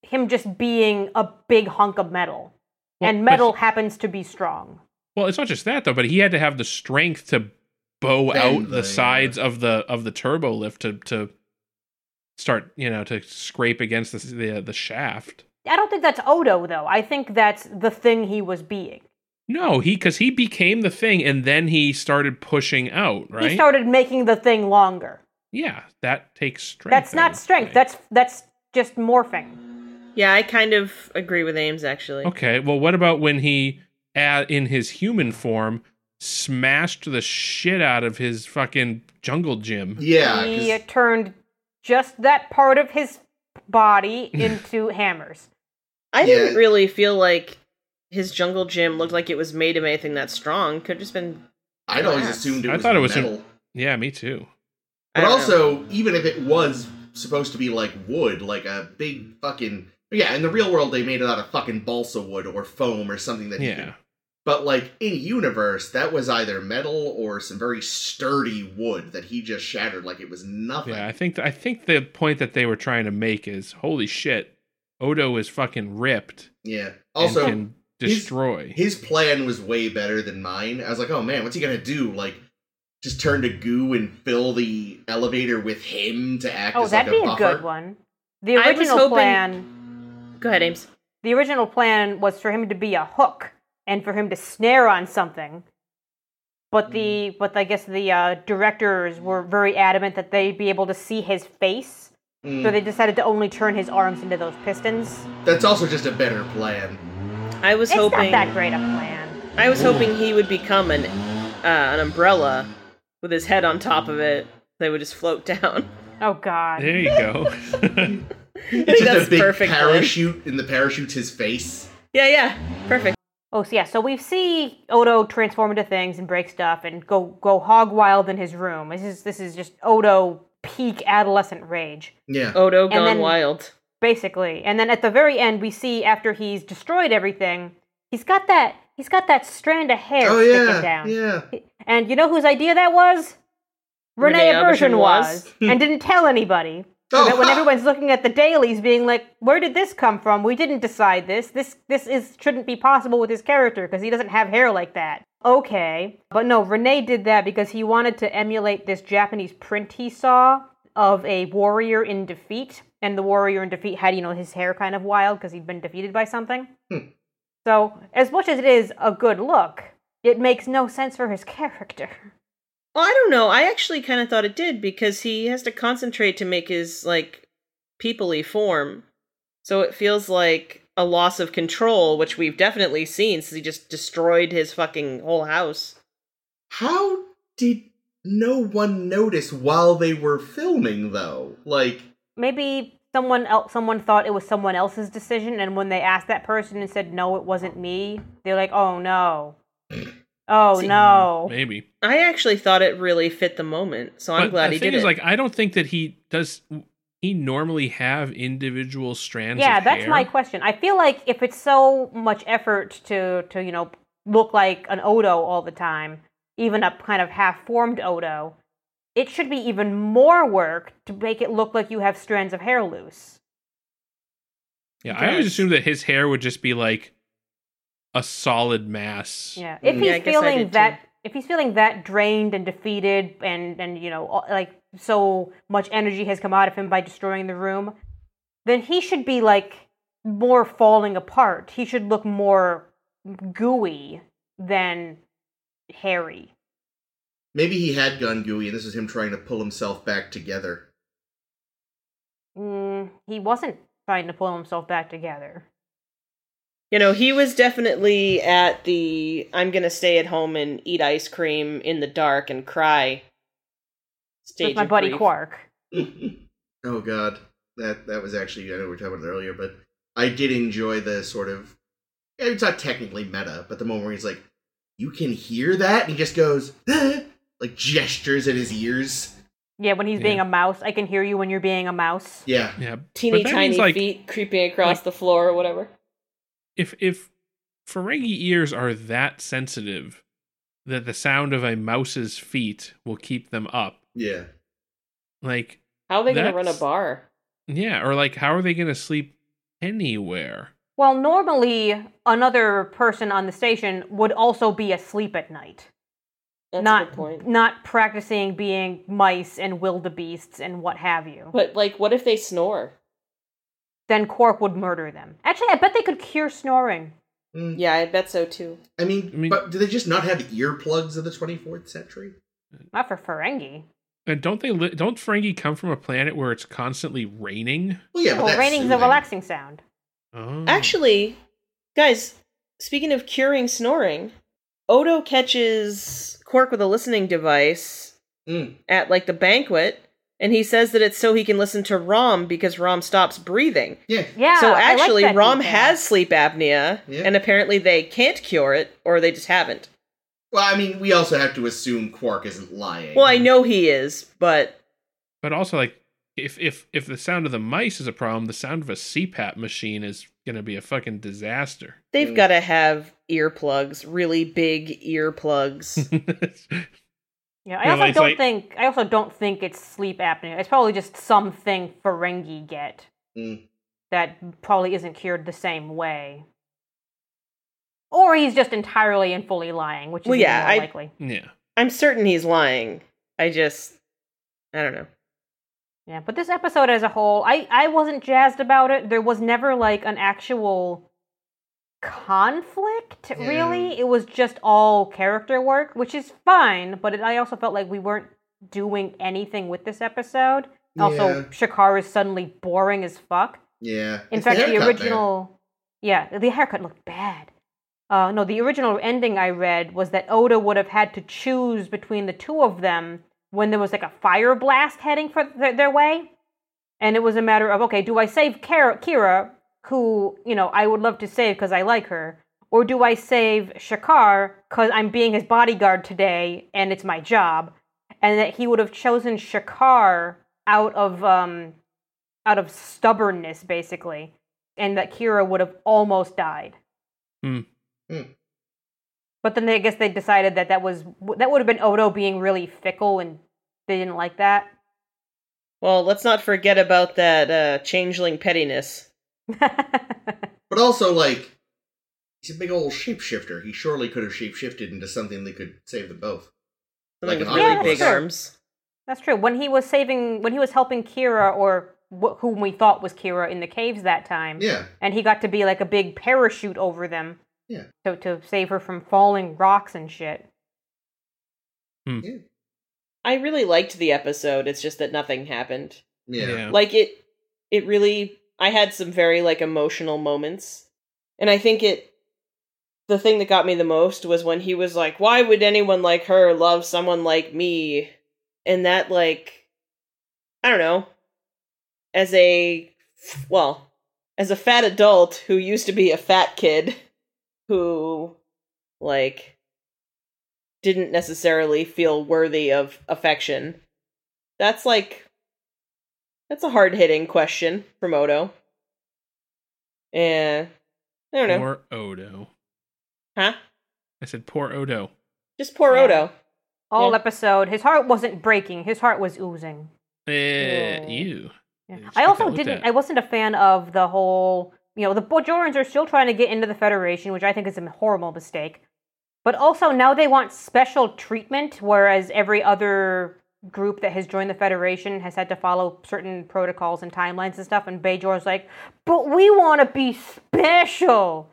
D: him just being a big hunk of metal.
B: Well,
D: and
B: but-
D: metal happens to be strong.
B: well it's not just that though but he had to have the strength to bow
C: Bend
B: out
C: the-
B: the sides of the of the turbo lift to to start you know to scrape against the the, the shaft
D: I don't think that's Odo though. I think that's the thing he was being.
B: no he because he became the thing and then he started pushing out right
D: He started making the thing longer.
B: yeah that takes strength
D: That's
B: I
D: not
B: would
D: strength.
B: say.
D: That's that's just morphing.
A: Yeah, I kind of agree with Ames actually.
B: Okay. Well, what about when he, uh, in his human form, smashed the shit out of his fucking jungle gym?
C: yeah, 'cause-
D: he turned just that part of his body into hammers.
A: I
C: Yeah.
A: didn't really feel like his jungle gym looked like it was made of anything that strong. Could have just been.
C: I'd always
A: Perhaps.
C: assumed it
B: I
C: was
B: thought it was in-
C: metal.
B: Yeah, me too.
A: I
C: But
A: don't know.
C: also, even if it was supposed to be like wood, like a big fucking yeah, in the real world they made it out of fucking balsa wood or foam or something that you
B: Yeah.
C: could But like in universe, that was either metal or some very sturdy wood that he just shattered like it was nothing.
B: Yeah, I think I think the point that they were trying to make is holy shit, Odo is fucking ripped
C: Yeah.
B: also,
C: Also,
B: and can
C: his-
B: destroy.
C: his plan was way better than mine. I was like, oh man, what's he gonna do? Like, just turn to goo and fill the elevator with him to act
D: Oh,
C: as like
D: that'd be a
C: buffer?
D: good one. The
A: I was
D: original
A: hoping-
D: plan.
A: Go ahead, Ames.
D: The original plan was for him to be a hook and for him to snare on something. But the but I guess the uh, directors were very adamant that they'd be able to see his face,
C: Mm,
D: so they decided to only turn his arms into those pistons.
C: that's also just a better plan.
A: I was
D: It's
A: hoping
D: not that great a plan.
A: I was hoping he would become an uh, an umbrella with his head on top of it. They would just float <laughs> down.
D: Oh God.
B: there
A: <laughs>
B: you go.
A: I
C: It's
A: think
C: just
A: that's
C: a big
A: perfect. Lynn.
C: parachute, and the parachute's his face.
A: Yeah, yeah, perfect.
D: Oh, so yeah. So we see Odo transform into things and break stuff and go go hog wild in his room. This is this is just Odo peak adolescent rage,
C: Yeah.
A: Odo gone
D: then-
A: wild.
D: basically. And then at the very end, we see after he's destroyed everything, he's got that he's got that strand of hair
C: Oh
D: sticking
C: yeah,
D: down.
C: yeah.
D: And you know whose idea that was?
A: Renee
D: Renee Aversion
A: Aversion
D: was,
A: was.
D: and didn't tell anybody. So
C: Oh,
D: that when
C: ha!
D: everyone's looking at the dailies, being like, "Where did this come from? We didn't decide this. This this is shouldn't be possible with his character because he doesn't have hair like that." Okay, but no, Renee did that because he wanted to emulate this Japanese print he saw of a warrior in defeat, and the warrior in defeat had you know his hair kind of wild because he'd been defeated by something. So as much as it is a good look, it makes no sense for his <laughs> character.
A: Well, I don't know. I actually kind of thought it did because he has to concentrate to make his like peoply form. So it feels like a loss of control, which we've definitely seen since he just destroyed his fucking whole house.
C: How did no one notice while they were filming though? Like,
D: maybe someone else someone thought it was someone else's decision and when they asked that person and said no it wasn't me they're like oh no oh
A: See,
D: no
B: <laughs> Maybe.
A: I actually thought it really fit the moment, so I'm
B: But
A: glad
B: the
A: he
B: thing
A: did
B: is,
A: it.
B: like, I don't think that he does. He normally have individual strands.
D: yeah
B: of
D: that's
B: hair.
D: my question i feel like if it's so much effort to to you know look like an odo all the time even a kind of half formed odo it should be even more work to make it look like you have strands of hair loose
B: Yeah, I always
A: Yes.
B: assumed that his hair would just be like a solid mass.
D: Yeah, if
C: Mm.
D: he's
C: Yeah,
A: I guess I
D: feeling
A: did
D: that, if he's feeling that drained and defeated, and and you know, all- like so much energy has come out of him by destroying the room, then he should be like more falling apart. He should look more gooey than hairy.
C: maybe he had gone gooey, and this was him trying to pull himself back together.
D: Mm, he wasn't trying to pull himself back together.
A: You know, he was definitely at the I'm going to stay at home and eat ice cream in the dark and cry stage.
D: With my
A: of
D: buddy
A: grief.
D: Quark.
C: oh god, that that was actually I know we were talking about it earlier, but I did enjoy the sort of it's not technically meta, but the moment where he's like, "You can hear that," and he just goes like gestures at his ears.
D: Yeah, when he's
B: Yeah.
D: being a mouse, I can hear you when you're being a mouse.
C: Yeah,
B: Yeah,
A: Teeny
B: But that
A: tiny
B: means, like-
A: feet creeping across
B: like-
A: the floor or whatever.
B: if if Ferengi ears are that sensitive that the sound of a mouse's feet will keep them up,
C: yeah.
B: like
A: How are they going to run a
B: That's-
A: bar?
B: yeah, or like how are they going to sleep anywhere?
D: Well, normally another person on the station would also be asleep at night,
A: That's
D: not
A: a good point.
D: not practicing being mice and wildebeests and what have you.
A: But like, what if they snore?
D: Then Quark would murder them. Actually, I bet they could cure snoring.
C: Mm.
A: Yeah, I bet so too.
C: I mean,
B: I mean-
C: but do they just not have earplugs of the 24th century?
D: Not for Ferengi.
B: And don't they li- don't Ferengi come from a planet where it's constantly raining?
C: Well, yeah, but
D: well,
C: that's
D: raining's a
C: soothing.
D: relaxing sound.
B: Oh.
A: Actually, guys, speaking of curing snoring, Odo catches Quark with a listening device
C: Mm.
A: at like the banquet, and he says that it's so he can listen to Rom because Rom stops breathing.
C: Yeah,
D: Yeah.
A: so
D: I like
A: actually,
D: that
A: Rom
D: detail.
A: has sleep apnea,
C: Yeah.
A: and apparently they can't cure it, or they just haven't.
C: Well, I mean, we also have to assume Quark isn't lying.
A: Well, I know he is, but
B: But also like if if if the sound of the mice is a problem, the sound of a CPAP machine is gonna be a fucking disaster. <laughs>
C: Mm.
A: They've got to have earplugs, really big
C: <laughs>
A: earplugs.
D: Yeah, I
B: Yeah,
D: also
B: like-
D: don't
B: like-
D: think I also don't think it's sleep apnea. It's probably just something Ferengi get
C: Mm.
D: that probably isn't cured the same way. Or he's just entirely and fully lying, which is
A: Well,
D: even
A: yeah,
D: more
A: I-
D: likely.
B: yeah.
A: I'm certain he's lying. I just, I don't know.
D: Yeah, but this episode as a whole, I I wasn't jazzed about it. There was never like an actual conflict,
C: Yeah.
D: really. It was just all character work, which is fine, but it, I also felt like we weren't doing anything with this episode. Also,
C: Yeah.
D: Shakar is suddenly boring as fuck.
C: Yeah.
D: In
C: It's
D: fact, the
C: haircut, man.
D: original, yeah, the haircut looked bad. Uh, no, the original ending I read was that Oda would have had to choose between the two of them when there was like a fire blast heading for th- their way, and it was a matter of okay, do I save Kara, Kira, who you know I would love to save because I like her, or do I save Shakar because I'm being his bodyguard today and it's my job, and that he would have chosen Shakar out of um, out of stubbornness, basically, and that Kira would have almost died.
B: Hmm.
C: Hmm.
D: But then they, I guess they decided that that was that would have been Odo being really fickle, and they didn't like that. <laughs>
A: Well, let's not forget about that uh, changeling pettiness.
C: But also, like, he's a big old shapeshifter. He surely could have shapeshifted into something that could save them both.
A: Something
C: Like
A: with
C: an
A: really
D: octopus.
A: big
D: Yeah, sure.
A: arms.
D: That's true. When he was saving, when he was helping Kira or wh- whom we thought was Kira in the caves that time,
C: Yeah.
D: and he got to be like a big parachute over them,
C: Yeah.
D: to to save her from falling rocks and shit.
A: I really liked the episode. It's just that nothing happened.
C: Yeah.
A: Like it it really I had some very like emotional moments. And I think it the thing that got me the most was when he was like, "Why would anyone like her love someone like me?" And that like I don't know. As a well, as a fat adult who used to be a fat kid who like didn't necessarily feel worthy of affection. That's like that's a hard hitting question from Odo. Yeah. I don't know.
B: Poor Odo.
A: huh?
B: I said poor Odo.
A: Just poor
D: Yeah.
A: Odo.
D: All
A: Yeah.
D: episode, his heart wasn't breaking; his heart was oozing.
B: Eh,
D: Yeah.
B: ew.
D: Yeah.
B: Yeah, just
D: I
B: get
D: also
B: that looked
D: didn't.
B: at.
D: I wasn't a fan of the whole. You know, the Bajorans are still trying to get into the Federation, which I think is a horrible mistake. But also now they want special treatment, whereas every other group that has joined the Federation has had to follow certain protocols and timelines and stuff. And Bajor's like, "But we want to be special."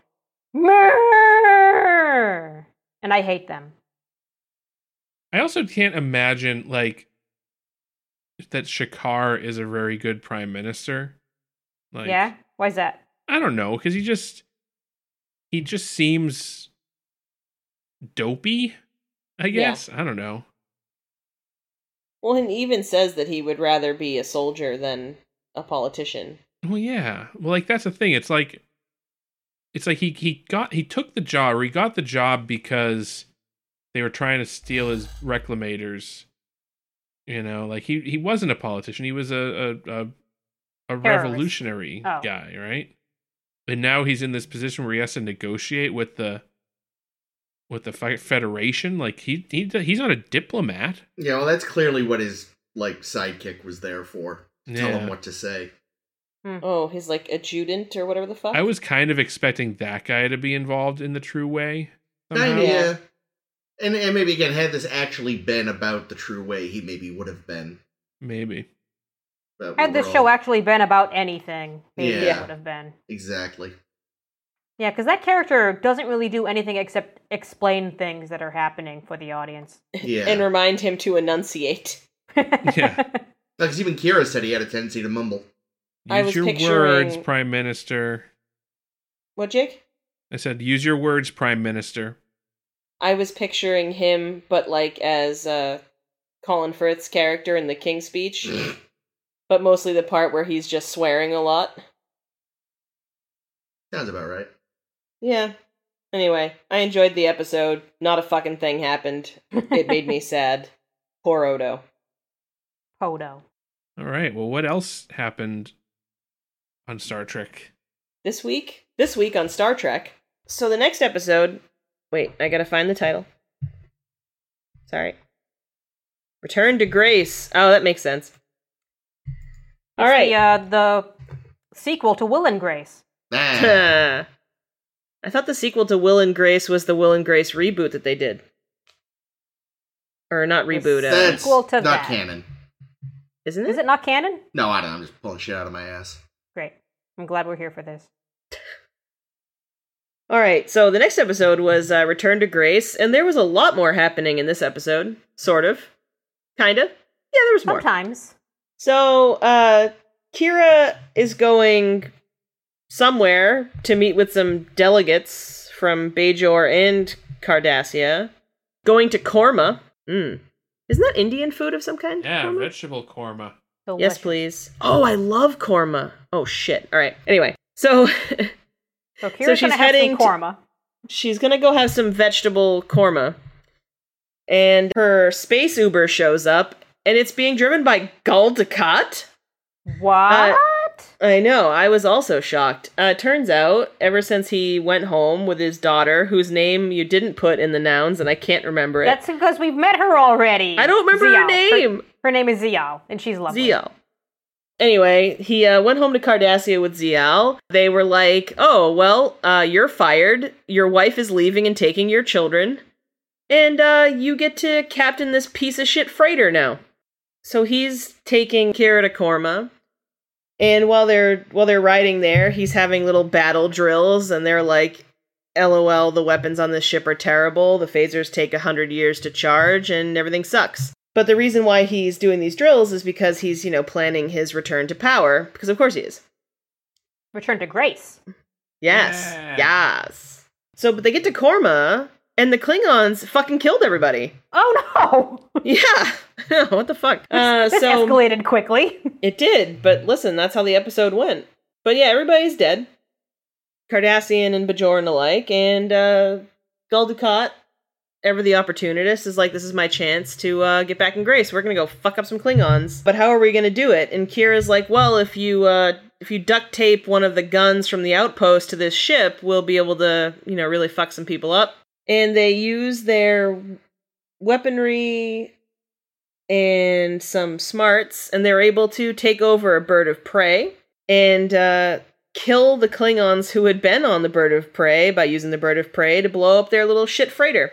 D: Mrrr! And I hate them.
B: I also can't imagine like that Shakar is a very good prime minister. Like
D: yeah, why is that?
B: I don't know, because he just he just seems dopey, I
A: Yeah.
B: guess. I don't know.
A: Well, and he even says that he would rather be a soldier than a politician.
B: Well, yeah. Well, like that's the thing. It's like it's like he he got he took the job or he got the job because they were trying to steal his reclamators. You know, like he he wasn't a politician. He was a a a, a revolutionary
D: Oh.
B: guy, right? And now he's in this position where he has to negotiate with the with the fe- federation. Like he he he's not a diplomat.
C: Yeah, well, that's clearly what his, like, sidekick was there for. to Tell him
B: Yeah.
C: what to say.
A: Oh, he's like adjutant or whatever the fuck.
B: I was kind of expecting that guy to be involved in the true way.
C: Kind
B: somehow.
C: of,
A: Yeah.
C: yeah. And, and maybe, again, had this actually been about the true way, he maybe would have been.
B: Maybe.
C: But we
D: Had this
C: were
D: show
C: all-
D: actually been about anything, maybe it
A: Yeah.
D: would have been. <laughs>
C: Exactly.
D: Yeah, because that character doesn't really do anything except explain things that are happening for the audience.
C: Yeah.
A: And remind him to enunciate.
B: Yeah.
A: <laughs>
C: Because even Kira said he had a tendency to
D: <laughs>
C: mumble.
A: I was
B: Use your
A: picturing-
B: words, Prime Minister.
A: What, Jake?
B: I said, use your words, Prime Minister.
A: I was picturing him, but like as uh, Colin Firth's character in the King's Speech,
C: <clears throat>
A: but mostly the part where he's just swearing a lot.
C: Sounds about right.
A: Yeah. Anyway, I enjoyed the episode. Not a fucking thing happened. It made me sad. Poor Odo.
D: <laughs> Hodo.
B: All right. Well, what else happened on Star Trek?
A: This week? This week on Star Trek. So the next episode. Wait, I gotta find the title. Sorry. Return to Grace. Oh, that makes sense. All
D: It's
A: right.
D: The, uh, the sequel to Will and Grace.
C: Nah.
A: Huh. I thought the sequel to Will and Grace was the Will and Grace reboot that they did. Or not reboot, uh,
C: That's
D: Equal to
C: not
D: that.
C: canon.
A: isn't it?
D: Is it not canon?
C: No, I don't. I'm just pulling shit out of my ass.
D: Great. I'm glad we're here for this.
A: All right, so the next episode was uh, Return to Grace, and there was a lot more happening in this episode. Sort of. Kinda. Yeah, there was more.
D: Sometimes.
A: So, uh, Kira is going somewhere to meet with some delegates from Bajor and Cardassia. Going to Korma. Mm. Isn't that Indian food of some kind?
B: Yeah,
A: Korma?
B: vegetable
A: Yes,
B: korma.
D: Delicious.
A: please. Oh, I love Korma. Oh, shit. All right. Anyway, so <laughs>
D: So Kira's
A: she's
D: gonna have
A: heading
D: some
A: to-
D: korma.
A: she's gonna go have some vegetable korma. And her space Uber shows up, and it's being driven by Gul Dukat. uh,
D: What?
A: I know, I was also shocked. Uh, turns out, ever since he went home with his daughter, whose name you didn't put in the nouns, and I can't remember it.
D: That's because we've met her already.
A: I don't remember
D: Ziao.
A: her name.
D: Her name is Ziao, and she's lovely.
A: Zial. Anyway, he uh, went home to Cardassia with Zial. They were like, "Oh, well, uh, you're fired. Your wife is leaving and taking your children, and uh, you get to captain this piece of shit freighter now." So he's taking Kira to Korma, and while they're while they're riding there, he's having little battle drills, and they're like, "LOL, the weapons on this ship are terrible. The phasers take a hundred years to charge, and everything sucks." But the reason why he's doing these drills is because he's, you know, planning his return to power. Because of course he is.
D: Return to Grace.
A: Yes.
B: Yeah.
A: Yes. So, but they get to Korma, and the Klingons fucking killed everybody. <laughs>
D: Oh no! <laughs>
A: Yeah. <laughs> what the fuck? Uh,
D: this
A: so
D: escalated quickly.
A: it did. But listen, that's how the episode went. But yeah, everybody's dead. Cardassian and Bajoran alike, and uh, Gul Dukat, ever the opportunist, is like, this is my chance to uh, get back in grace. We're gonna go fuck up some Klingons, but how are we gonna do it? And Kira's like, well, if you uh, if you duct tape one of the guns from the outpost to this ship, we'll be able to, you know, really fuck some people up. And they use their weaponry and some smarts, and they're able to take over a bird of prey and uh, kill the Klingons who had been on the bird of prey by using the bird of prey to blow up their little shit freighter.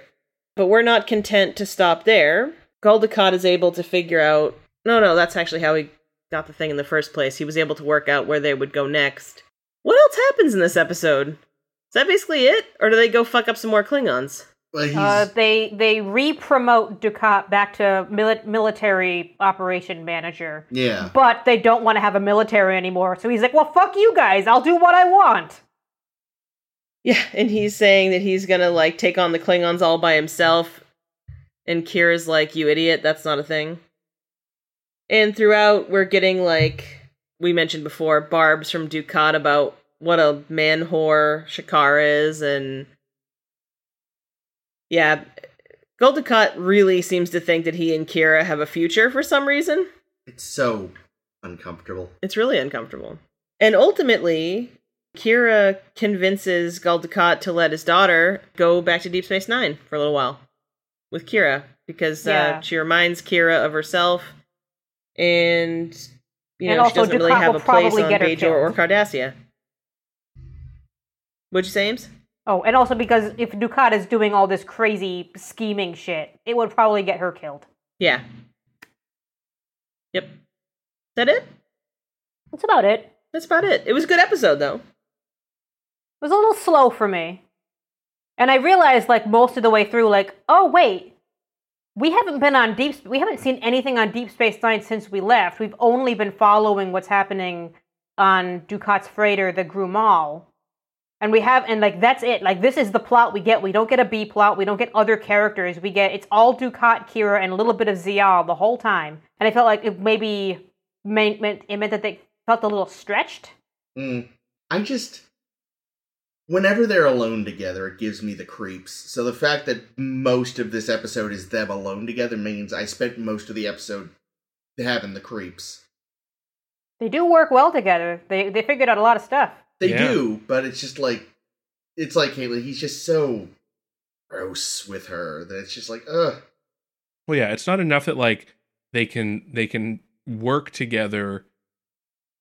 A: But we're not content to stop there. Goldacott is able to figure out. No, no, that's actually how he got the thing in the first place. He was able to work out where they would go next. What else happens in this episode? Is that basically it? Or do they go fuck up some more Klingons?
C: But he's
D: Uh, they they re-promote Ducat back to mili- military operation manager,
C: yeah.
D: but they don't want to have a military anymore. So he's like, "Well, fuck you guys! I'll do what I want."
A: Yeah, and he's saying that he's gonna like take on the Klingons all by himself. And Kira's like, "You idiot, that's not a thing." And throughout, we're getting like we mentioned before, barbs from Ducat about what a man whore Shakar is, and yeah, Gul Dukat really seems to think that he and Kira have a future for some reason.
C: It's so uncomfortable.
A: It's really uncomfortable. And ultimately, Kira convinces Gul Dukat to let his daughter go back to Deep Space Nine for a little while with Kira because
D: Yeah.
A: uh, she reminds Kira of herself, and you know she
D: And also
A: doesn't really
D: Dukat
A: have
D: will
A: a place
D: probably
A: on
D: get her
A: Bajor
D: killed.
A: or Cardassia. Would you say, Ames?
D: Oh, and also because if Ducat is doing all this crazy scheming shit, it would probably get her killed.
A: Yeah. Yep. Is that it?
D: That's about it. It
A: That's about it. It was a good episode, though.
D: was a little slow for me, and I realized like most of the way through, like, "Oh wait." We haven't been on deep. We haven't seen anything on Deep Space Nine since we left. We've only been following what's happening on Ducat's freighter, the Grumal, and we have, and like that's it. Like this is the plot we get. We don't get a B plot. We don't get other characters. We get it's all Ducat, Kira, and a little bit of Zial the whole time. And I felt like it maybe meant, meant it meant that they felt a little stretched.
C: Mm. I just. Whenever they're alone together, it gives me the creeps. So the fact that most of this episode is them alone together means I spent most of the episode having the creeps.
D: They do work well together. They they figured out a lot of stuff.
C: They
B: Yeah.
C: do, but it's just like it's like Caitlin. He's just so gross with her that it's just like, ugh.
B: Well, yeah, it's not enough that like they can they can work together,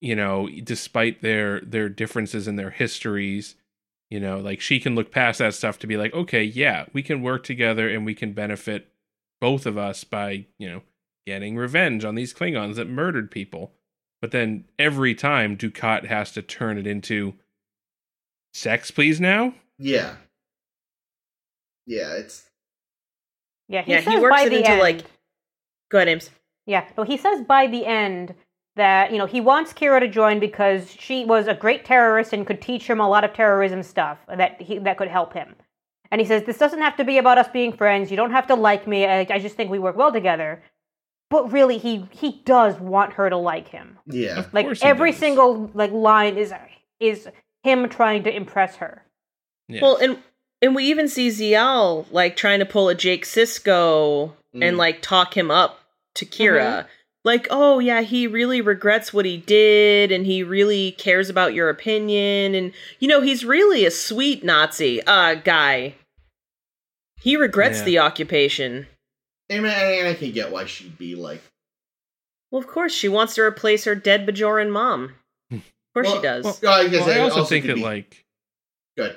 B: you know, despite their their differences in their histories. You know, like she can look past that stuff to be like, okay, yeah, we can work together and we can benefit both of us by, you know, getting revenge on these Klingons that murdered people. But then every time Ducat has to turn it into sex, please now?
C: Yeah. Yeah, it's
D: Yeah, he
A: Yeah, he
D: says
A: works
D: by
A: it
D: the
A: into,
D: end.
A: like- Go ahead, Ames.
D: Yeah, but he says by the end that you know he wants Kira to join because she was a great terrorist and could teach him a lot of terrorism stuff that he, that could help him. And he says this doesn't have to be about us being friends. You don't have to like me. I, I just think we work well together. But really, he he does want her to like him.
C: yeah.
B: Of
D: Like
B: course he
D: every
B: does.
D: single like line is is him trying to impress her.
B: Yeah.
A: Well, and and we even see Zial like trying to pull a Jake Sisko and
C: Mm.
A: like talk him up to Kira. Like, oh yeah, he really regrets what he did and he really cares about your opinion and you know, he's really a sweet Nazi uh guy. He regrets
B: Yeah.
A: the occupation.
C: And, I- and I can get why she'd be like
A: Well, of course she wants to replace her dead Bajoran mom. Of course
C: Well-
A: she does.
C: Oh, I, guess
B: Well, I
C: that
B: also think
C: could
B: that
C: be
B: like
C: good.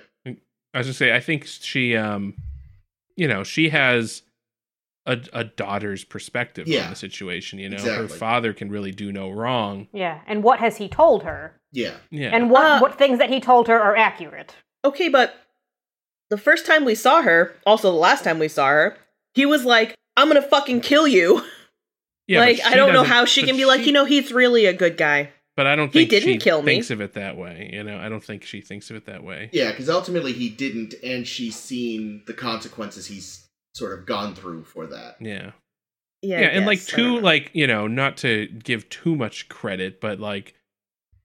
B: I was gonna say, I think she, um, you know, she has a a daughter's perspective
C: Yeah.
B: on the situation. You know, her
C: Exactly.
B: father can really do no wrong.
D: Yeah, and what has he told her?
C: Yeah.
B: Yeah,
D: And what
A: Uh,
D: what things that he told her are accurate?
A: Okay, but the first time we saw her, also the last time we saw her, he was like, I'm gonna fucking kill you.
B: yeah, but
A: <laughs> like, I
B: she
A: don't know
B: doesn't-
A: how she
B: but
A: can be like, you know, he's really a good guy.
B: But I don't
A: he
B: think
A: didn't
B: she
A: kill me.
B: thinks of it that way. You know, I don't think she thinks of it that way.
C: Yeah, because ultimately he didn't, and she's seen the consequences he's sort of gone through for that.
B: Yeah,
A: Yeah,
B: yeah,
A: I
B: and like
A: guess. I don't
B: two,
A: know.
B: like you know, not to give too much credit, but like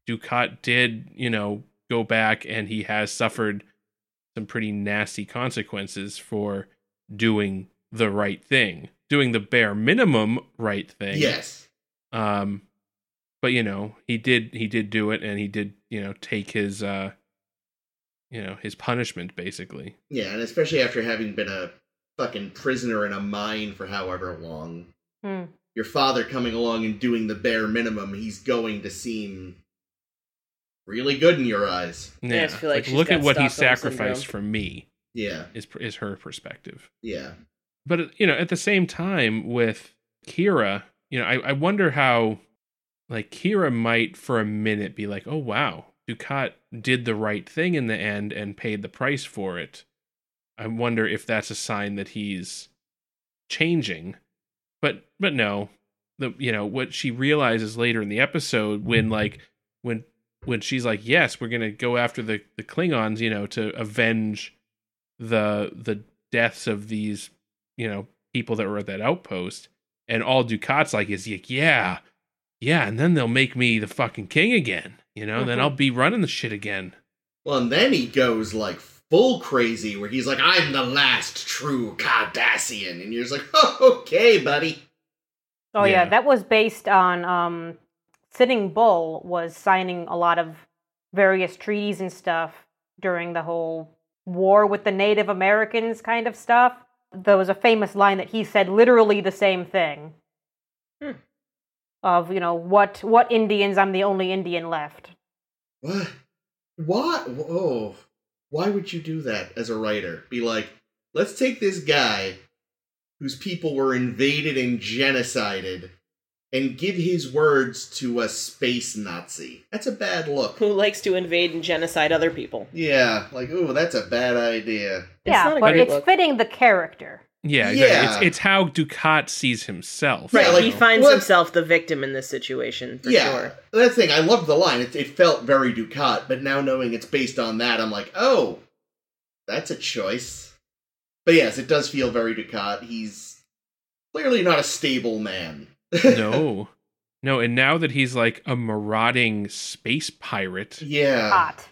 B: Ducat did, you know, go back and he has suffered some pretty nasty consequences for doing the right thing, doing the bare minimum right thing.
C: Yes.
B: Um, but you know, he did he did do it, and he did you know take his uh, you know, his punishment basically.
C: Yeah, and especially after having been a fucking prisoner in a mine for however long,
D: Hmm.
C: your father coming along and doing the bare minimum, he's going to seem really good in your eyes.
A: I just feel like she's
B: look
A: got
B: at what he
A: Stockholm
B: sacrificed for me
C: Yeah,
B: is is her perspective.
C: yeah.
B: but uh, you know at the same time with kira you know i, I wonder how like kira might for a minute be like oh wow ducat did the right thing in the end and paid the price for it i wonder if that's a sign that he's changing but but no the you know what she realizes later in the episode when like when when she's like yes we're gonna go after the the klingons you know to avenge the the deaths of these you know people that were at that outpost and all ducat's like is like yeah yeah and then they'll make me the fucking king again you know then
D: Mhm.
B: i'll be running the shit again
C: Well, and then he goes like full crazy, where he's like, "I'm the last true Cardassian," and you're just like, <laughs> "Oh, okay, buddy."
D: Oh yeah.
B: Yeah.
D: that was based on um, Sitting Bull was signing a lot of various treaties and stuff during the whole war with the Native Americans kind of stuff. There was a famous line that he said literally the same thing.
A: Hmm.
D: Of you know what what Indians? I'm the only Indian left.
C: What? Why? Oh, why would you do that as a writer? Be like, let's take this guy whose people were invaded and genocided and give his words to a space Nazi. That's a bad look.
A: Who likes to invade and genocide other people?
C: Yeah, like, ooh, that's a bad idea.
A: It's
D: yeah,
A: not a
D: but
A: great
D: it's
A: look.
D: fitting the character.
B: yeah, exactly.
C: Yeah.
B: It's, it's how ducat sees himself
C: Right,
B: you
C: like-
A: he
B: know?
A: finds
C: Well-
A: himself the victim in this situation, for
C: yeah,
A: sure.
C: that's the thing. I love the line. It, it felt very Ducat, but now knowing it's based on that, I'm like, oh, that's a choice. But yes, it does feel very Ducat. He's clearly not a stable man.
B: no no and now that he's like a marauding space pirate
C: Uh,
A: Ah.
C: Yeah.
D: Hot.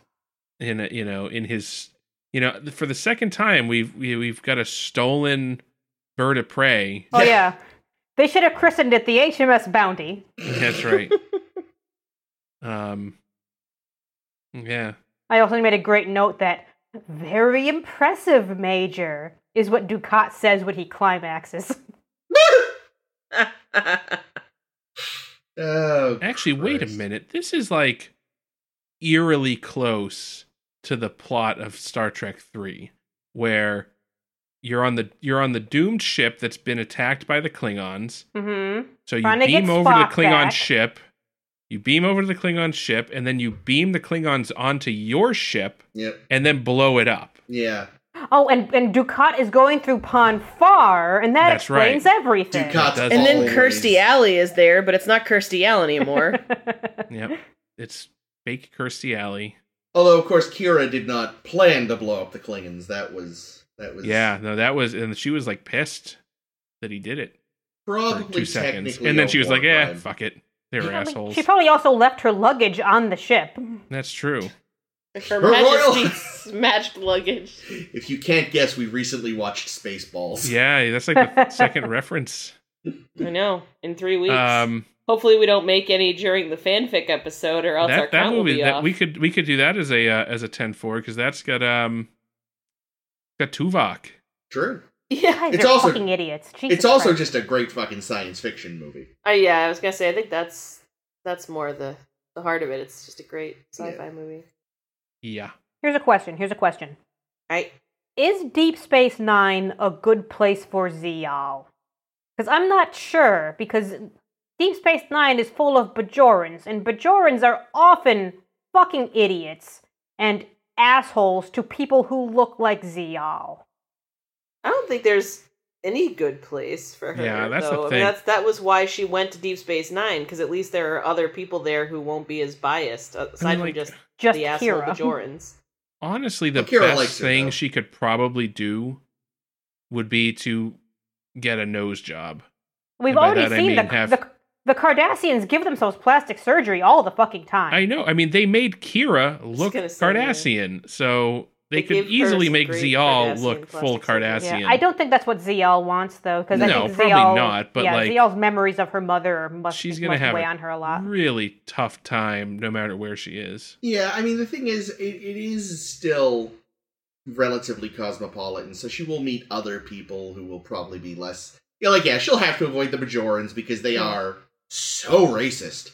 B: in a, you know in his you know for the second time we've we, we've got a stolen bird of prey
D: Oh
C: Yeah. <laughs>
D: yeah, they should have christened it the HMS Bounty.
B: that's right Um, yeah.
D: I also made a great note that very impressive, Major, is what Ducat says when he climaxes.
A: <laughs>
C: Oh,
B: Actually, wait a
C: Christ.
B: minute. This is like eerily close to the plot of Star Trek 3 where you're on the you're on the doomed ship that's been attacked by the Klingons.
D: mm-hmm.
B: So you
D: Trying to get
B: beam over to the
D: Spock
B: Klingon
D: back.
B: ship. You beam over to the Klingon ship and then you beam the Klingons onto your ship
C: Yep.
B: and then blow it up.
C: Yeah.
D: Oh, and, and Ducat is going through Ponfar, and that
B: That's
D: explains everything. <laughs>
C: Ducat's
B: It does-
A: and then
C: always-
A: Kirsty Alley is there, but it's not Kirsty Alley anymore.
B: Yep. It's fake Kirstie Alley.
C: Although, of course, Kira did not plan to blow up the Klingons. That was that was
B: Yeah, no, that was and she was like pissed that he did it. for
C: probably
B: two seconds.
C: technically
B: And then
C: a
B: she was
C: war
B: like, "Yeah,
C: crime."
B: fuck it. They were assholes."
D: She probably also left her luggage on the ship.
B: That's true.
A: <laughs> Her
C: Her royal-
A: Majesty's <laughs> matched luggage.
C: If you can't guess, we recently watched Spaceballs.
B: Yeah, that's like the second reference.
A: I know. In three weeks.
B: Um,
A: Hopefully, we don't make any during the fanfic episode, or else our
B: that that
A: count will
B: movie
A: be
B: that
A: off. <laughs>
B: we could we could do that as a uh, as a ten four because that's got um got Tuvok.
C: True.
A: yeah,
D: Guys
C: It's
D: are
C: also-
D: fucking idiots. Jesus
C: it's also
D: Christ.
C: just a great fucking science fiction movie.
A: I, Oh, yeah. I was gonna say. I think that's that's more the the heart of it. It's just a great sci-fi movie.
B: Yeah,
D: Here's a question. Here's a question.
A: I
D: Is Deep Space Nine a good place for Zial? Because I'm not sure, because Deep Space Nine is full of Bajorans, and Bajorans are often fucking idiots and assholes to people who look like Zial.
A: I don't think there's any good place for her.
B: Yeah, that's the
A: though. I
B: thing.
A: mean, that's that was why she went to Deep Space Nine because at least there are other people there who won't be as biased uh, aside
B: like,
A: from just,
D: Just
A: the asshole
D: Kira.
A: <laughs> Bajorans.
B: honestly, the
C: Akira
B: best
C: likes her,
B: thing
C: though.
B: she could probably do would be to get a nose job.
D: We've
B: By
D: already
B: that I
D: seen the,
B: mean have-
D: the the Cardassians give themselves plastic surgery all the fucking time.
B: I know. I mean, they made Kira look
A: gonna say that.
B: Cardassian, so they,
A: They
B: could
A: gave her
B: easily
A: some
B: make
A: great
B: Zial
A: Cardassian
B: look full
A: plastic
B: Cardassian.
A: surgery.
D: Yeah, I don't think that's what ZL wants though, because I
B: No,
D: think
B: probably
D: ZL,
B: not, but,
D: yeah,
B: like,
D: ZL's memories of her mother must
B: she's gonna
D: must
B: have
D: weigh
B: a
D: on her a lot.
B: really tough time no matter where she is.
C: Yeah, I mean the thing is, it, it is still relatively cosmopolitan, so she will meet other people who will probably be less. Yeah, like yeah, she'll have to avoid the Bajorans because they
D: Yeah.
C: are so racist.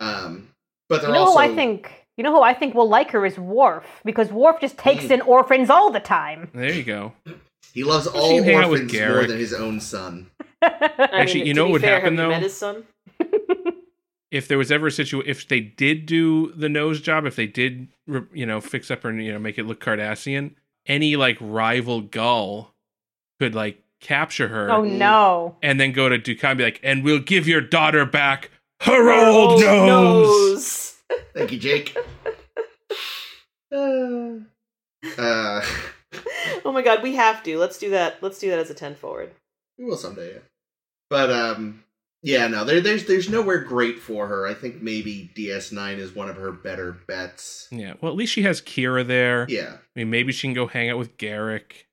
C: Um, but
D: You
C: they're
D: know
C: also
D: who I think you know who I think will like her is Worf because Worf just takes
C: Mm.
D: in orphans all the time. <laughs>
B: There you go.
C: he loves
B: Doesn't
C: all
B: he hang out with
C: orphans more
B: Garrick?
C: than his own son.
A: I
B: Actually,
A: mean,
B: you
A: to
B: know
A: be
B: what would
A: fair,
B: happen,
A: have you
B: though?
A: met his son?
B: If there was ever a situation, if they did do the nose job, if they did, re- you know, fix up or you know, make it look Cardassian, any like rival gull could like capture her
D: oh no.
B: and then go to Ducat and be like, "And we'll give your daughter back her, old, nose."
C: Thank you,
D: <laughs>
C: Jake.
A: nose.
C: <laughs> uh,
A: oh my god, we have to. Let's do that. Let's do that as a ten forward.
C: we will someday, yeah. But um, yeah, no, there, there's there's nowhere great for her. I think maybe DS9 is one of her better bets.
B: Yeah. Well, at least she has Kira there.
C: Yeah,
B: I mean, maybe she can go hang out with Garrick.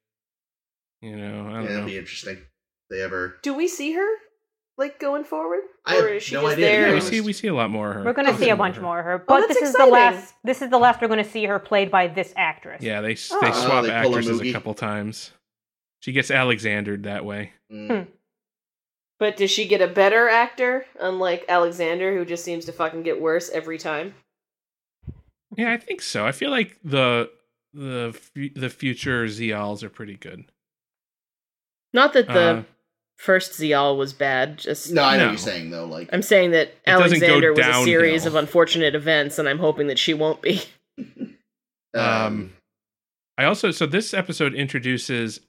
B: You know, I
C: yeah
B: don't
C: that'd
B: know.
C: be interesting. If they ever
A: Do we see her like going forward,
C: I have
A: or is she
C: no
A: just
C: idea, to be
B: Yeah,
A: there?
B: we
C: honest.
B: see we see a lot more of her.
D: We're gonna see a
B: lot of
D: bunch
B: her.
D: more of her. But
A: Oh, that's
D: this is
A: exciting.
D: the last this is the last we're gonna see her played by this actress.
B: Yeah, they they
A: Oh.
B: swap
C: They pull a
B: actresses a
C: Moogie.
B: couple times. She gets Alexandered that way.
C: Mm.
A: But does she get a better actor? Unlike Alexander, who just seems to fucking get worse every time.
B: Yeah, I think so. I feel like the the fu- the future Zeals are pretty good.
A: Not that the
B: Uh,
A: first Zial was bad. Just
C: No, I know
B: No.
C: what you're saying though. Like,
A: I'm saying that
B: doesn't go
A: Alexander was a series
B: downhill.
A: of unfortunate events, and I'm hoping that she won't be. <laughs>
C: um,
B: I also so this episode introduces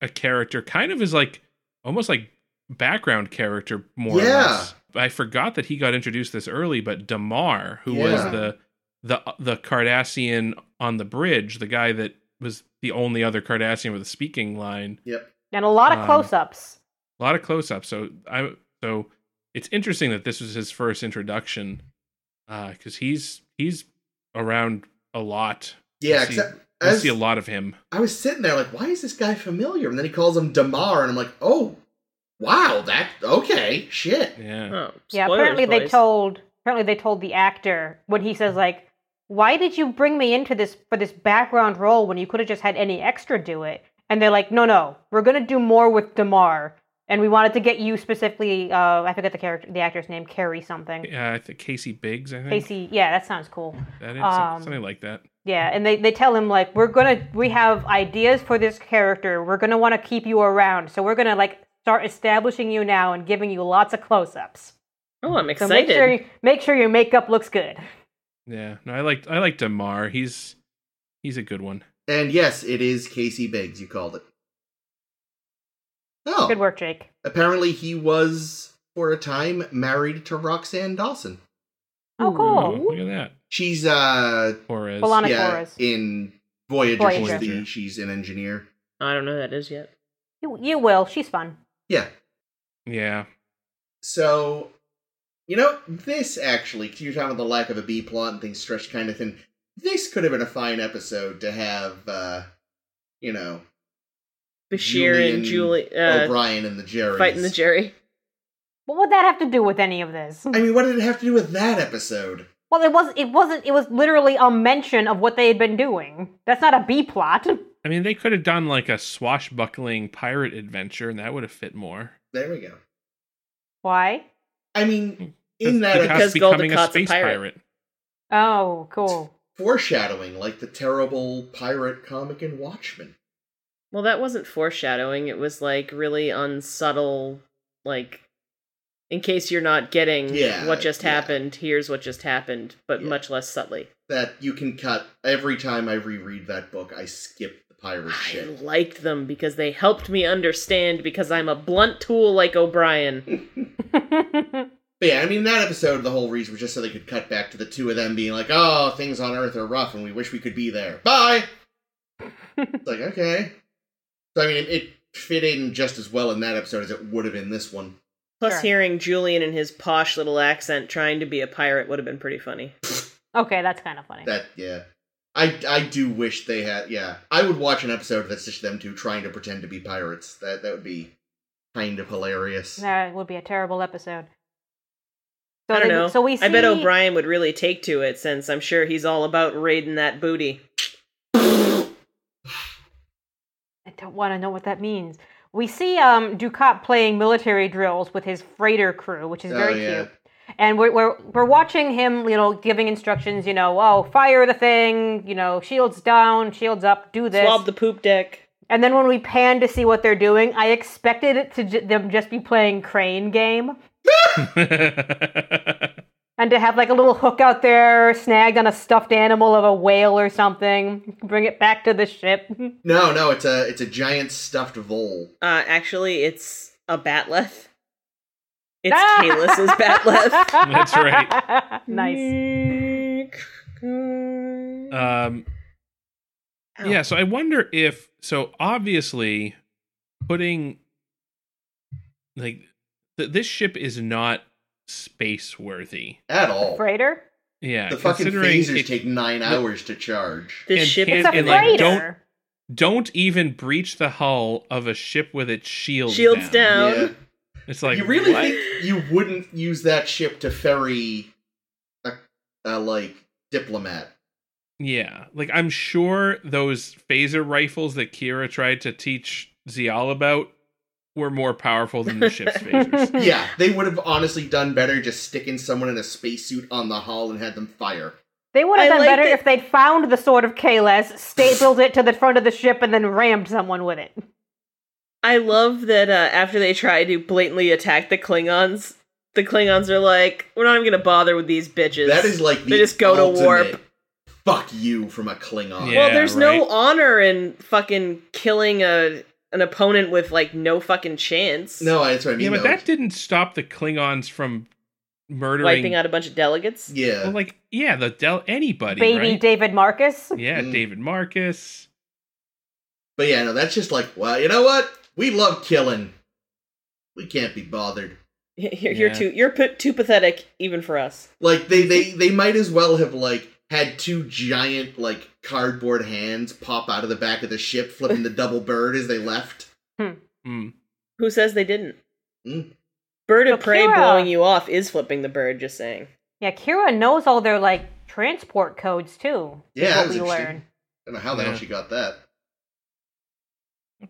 B: a character kind of as like almost like background character more or
C: Yeah.
B: less. I forgot that he got introduced this early, but Damar, who was
C: Yeah.
B: the the the Cardassian on the bridge, the guy that was the only other Cardassian with a speaking line,
C: yep.
D: And a lot of
B: Um,
D: close ups.
B: a lot of close ups. So I so it's interesting that this was his first introduction because he's he's around a lot.
C: Yeah,
B: I see-
C: except
B: I
C: as
B: see a lot of him.
C: I was sitting there, like, why is this guy familiar? And then he calls him Damar, and I'm like, oh, wow, that okay, shit.
B: Yeah,
A: Oh,
D: Yeah, Uh,
A: spoilers,
D: apparently they
A: boys.
D: told apparently they told the actor when he says like why did you bring me into this for this background role when you could have just had any extra do it and they're like no no we're going to do more with demar and we wanted to get you specifically uh, i forget the character the actor's name carrie something
B: Uh, I think Casey Biggs, I think.
D: casey yeah that sounds cool
B: That is
D: um,
B: something like that.
D: yeah, and they, they tell him like we're gonna we have ideas for this character. We're gonna want to keep you around, so we're gonna like start establishing you now and giving you lots of close-ups.
A: Oh, I'm
D: So make
A: excited.
D: sure you, make sure your makeup looks good.
B: Yeah. No, I liked I liked Demar. He's he's a good one.
C: And yes, it is Casey Biggs. You called it. Oh,
D: Good work, Jake.
C: apparently he was for a time married to Roxanne Dawson.
A: Hmm.
D: Oh,
B: Oh,
D: cool.
B: look at that.
C: She's uh
B: Torres.
D: Well, on a- Anna
C: yeah
D: Torres.
C: in Voyager.
D: Voyager.
C: She's, the, she's an engineer.
A: I don't know who that is yet.
D: You you will. She's fun.
C: Yeah.
B: yeah.
C: So, you know, this actually, 'cause you're talking about the lack of a B plot and things stretched kind of thin. This could have been a fine episode to have, uh, you know,
A: Bashir and
C: Julian
A: Julie uh,
C: O'Brien and the Jerry
A: fighting the Jerry.
D: What would that have to do with any of this?
C: I mean, what did it have to do with that episode?
D: Well, it was it wasn't it was literally a mention of what they had been doing. That's not a B plot. <laughs>
B: I mean, they could have done like a swashbuckling pirate adventure, and that would have fit more.
C: There we go.
D: Why?
C: I mean, in that
A: Because
B: because becoming a
A: Goldacott's a
B: space
A: pirate.
B: pirate.
D: Oh, cool. <laughs>
C: foreshadowing, like the terrible pirate comic in Watchmen.
A: Well, that wasn't foreshadowing. It was like really unsubtle, like in case you're not getting
C: Yeah,
A: what just
C: yeah.
A: happened, here's what just happened, but
C: Yeah.
A: much less subtly.
C: That you can cut every time I reread that book. I skip the pirate
A: I
C: Oh, shit.
A: liked them because they helped me understand because I'm a blunt tool like O'Brien.
C: But yeah, I mean that episode. The whole reason was just so they could cut back to the two of them being like, "Oh, things on Earth are rough, and we wish we could be there."
D: <laughs>
C: Bye. it's like okay. So I mean, it, it fit in just as well in that episode as it would have in this one.
A: Plus,
D: Sure.
A: hearing Julian in his posh little accent trying to be a pirate would have been pretty funny.
D: okay, that's kind of funny.
C: That yeah. I, I do wish they had yeah. I would watch an episode that's just them two trying to pretend to be pirates. That that would be kind of hilarious.
D: That would be a terrible episode.
A: I don't
D: they-
A: know.
D: So we see,
A: I bet O'Brien would really take to it since I'm sure he's all about raiding that booty.
D: I don't want to know what that means. We see um, Ducat playing military drills with his freighter crew, which is
C: Oh,
D: very
C: yeah.
D: cute. And we're, we're we're watching him, you know, giving instructions. You know, oh, fire the thing. You know, shields down, shields up. Do this.
A: Swab the poop deck.
D: and then when we pan to see what they're doing, I expected it to j- them just be playing crane game
B: <laughs>
D: and to have like a little hook out there snagged on a stuffed animal of a whale or something. Bring it back to the ship.
C: No, no, it's a it's a giant stuffed vole.
A: Uh, actually, it's a batleth.
D: <laughs>
A: It's
D: Ah!
A: Kalis's batleth.
B: That's
D: right. <laughs> nice.
B: um,
A: Ow.
B: Yeah, so I wonder if so obviously putting like th- this ship is not space worthy.
C: At all.
D: Freighter?
B: Yeah,
C: the fucking
B: considering
C: phasers
B: it-
C: take nine hours to charge.
A: This
B: and
A: ship
B: can't-
A: is
D: It's a
B: and,
A: like,
D: freighter.
B: don't-
D: <laughs>
B: don't even breach the hull of a ship with its shields
A: shields down.
C: Yeah.
B: It's like
C: you really
B: what?
C: think you wouldn't use that ship to ferry a, a like diplomat?
B: Yeah, like I'm sure those phaser rifles that Kira tried to teach Zial about were more powerful than
A: <laughs>
B: the ship's
A: Hmm.
B: phasers.
C: yeah, they would have honestly done better just sticking someone in a spacesuit on the hull and had them fire.
D: They would
A: I
D: have done
A: like
D: better
A: that-
D: if they'd found the sword of Kales, stapled it to the front of the ship, and then rammed someone with it.
A: I love that uh, after they try to blatantly attack the Klingons, the Klingons are like, "We're not even gonna bother with these bitches."
C: That is like the
A: They just go to
C: ultimate
A: warp.
C: Fuck you from a Klingon.
B: Yeah.
A: well, there's no
B: right.
A: honor in fucking killing a an opponent with like no fucking chance.
C: No, that's what I mean.
B: yeah, but
C: though.
B: that didn't stop the Klingons from
A: wiping
B: murdering.
A: out a bunch of delegates.
C: yeah.
B: Well, like yeah, the Del anybody,
D: Baby
B: right?
D: David Marcus.
B: yeah,
C: Mm.
B: David Marcus.
C: But yeah, no, that's just like, well, you know what? We love killing. We can't be bothered.
A: You're, you're
B: Yeah.
A: too you're p- too pathetic even for us.
C: Like they they they might as well have like had two giant like cardboard hands pop out of the back of the ship,
B: <laughs>
C: flipping the double bird as they left.
B: Mm.
A: Who says they didn't?
C: Mm.
A: Bird of
D: But
A: prey
D: Kira-
A: blowing you off is flipping the bird. Just saying.
D: Yeah, Kira knows all their like transport codes too. is
C: Yeah, that
D: what
C: was
D: we
C: interesting.
D: learn.
C: I don't know how the
B: Yeah.
C: hell she got that.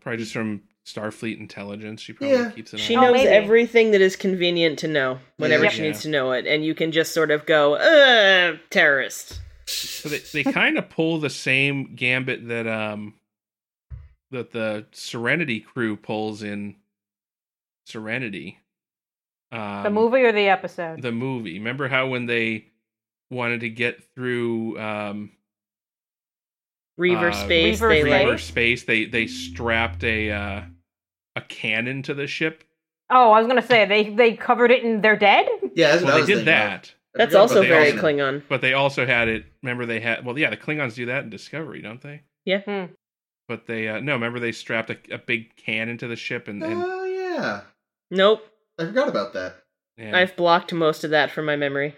B: Probably just from Starfleet intelligence. She probably
C: Yeah.
B: keeps an
A: She
B: eye.
D: Oh,
A: knows
D: maybe.
A: everything that is convenient to know whenever
C: Yeah.
A: she
B: Yeah.
A: needs to know it, and you can just sort of go, Ugh, terrorist.
B: So they, they kind of pull the same gambit that um that the Serenity crew pulls in Serenity. Um,
D: The movie or the episode?
B: The movie. Remember how when they wanted to get through um
A: Reaver
B: Uh,
A: space.
D: Reaver
A: they
D: space.
A: like
B: reaver space, they they strapped a uh a cannon to the ship.
D: oh, I was gonna say they they covered it in They're Dead.
C: Yeah, that's what
B: Well,
C: I
B: they
C: was
B: did
C: thinking of.
B: that.
C: I
A: that's
C: forgot about
A: also
B: they
C: that.
A: very
B: also-
A: Klingon.
B: But they also had it. Remember, they had. Well, yeah, the Klingons do that in Discovery, don't they?
A: Yeah.
D: Hmm.
B: But they uh, no. Remember, they strapped a, a big can into the ship, and, and
C: Oh yeah,
A: Nope,
C: I forgot about that.
B: yeah.
A: I've blocked most of that from my memory.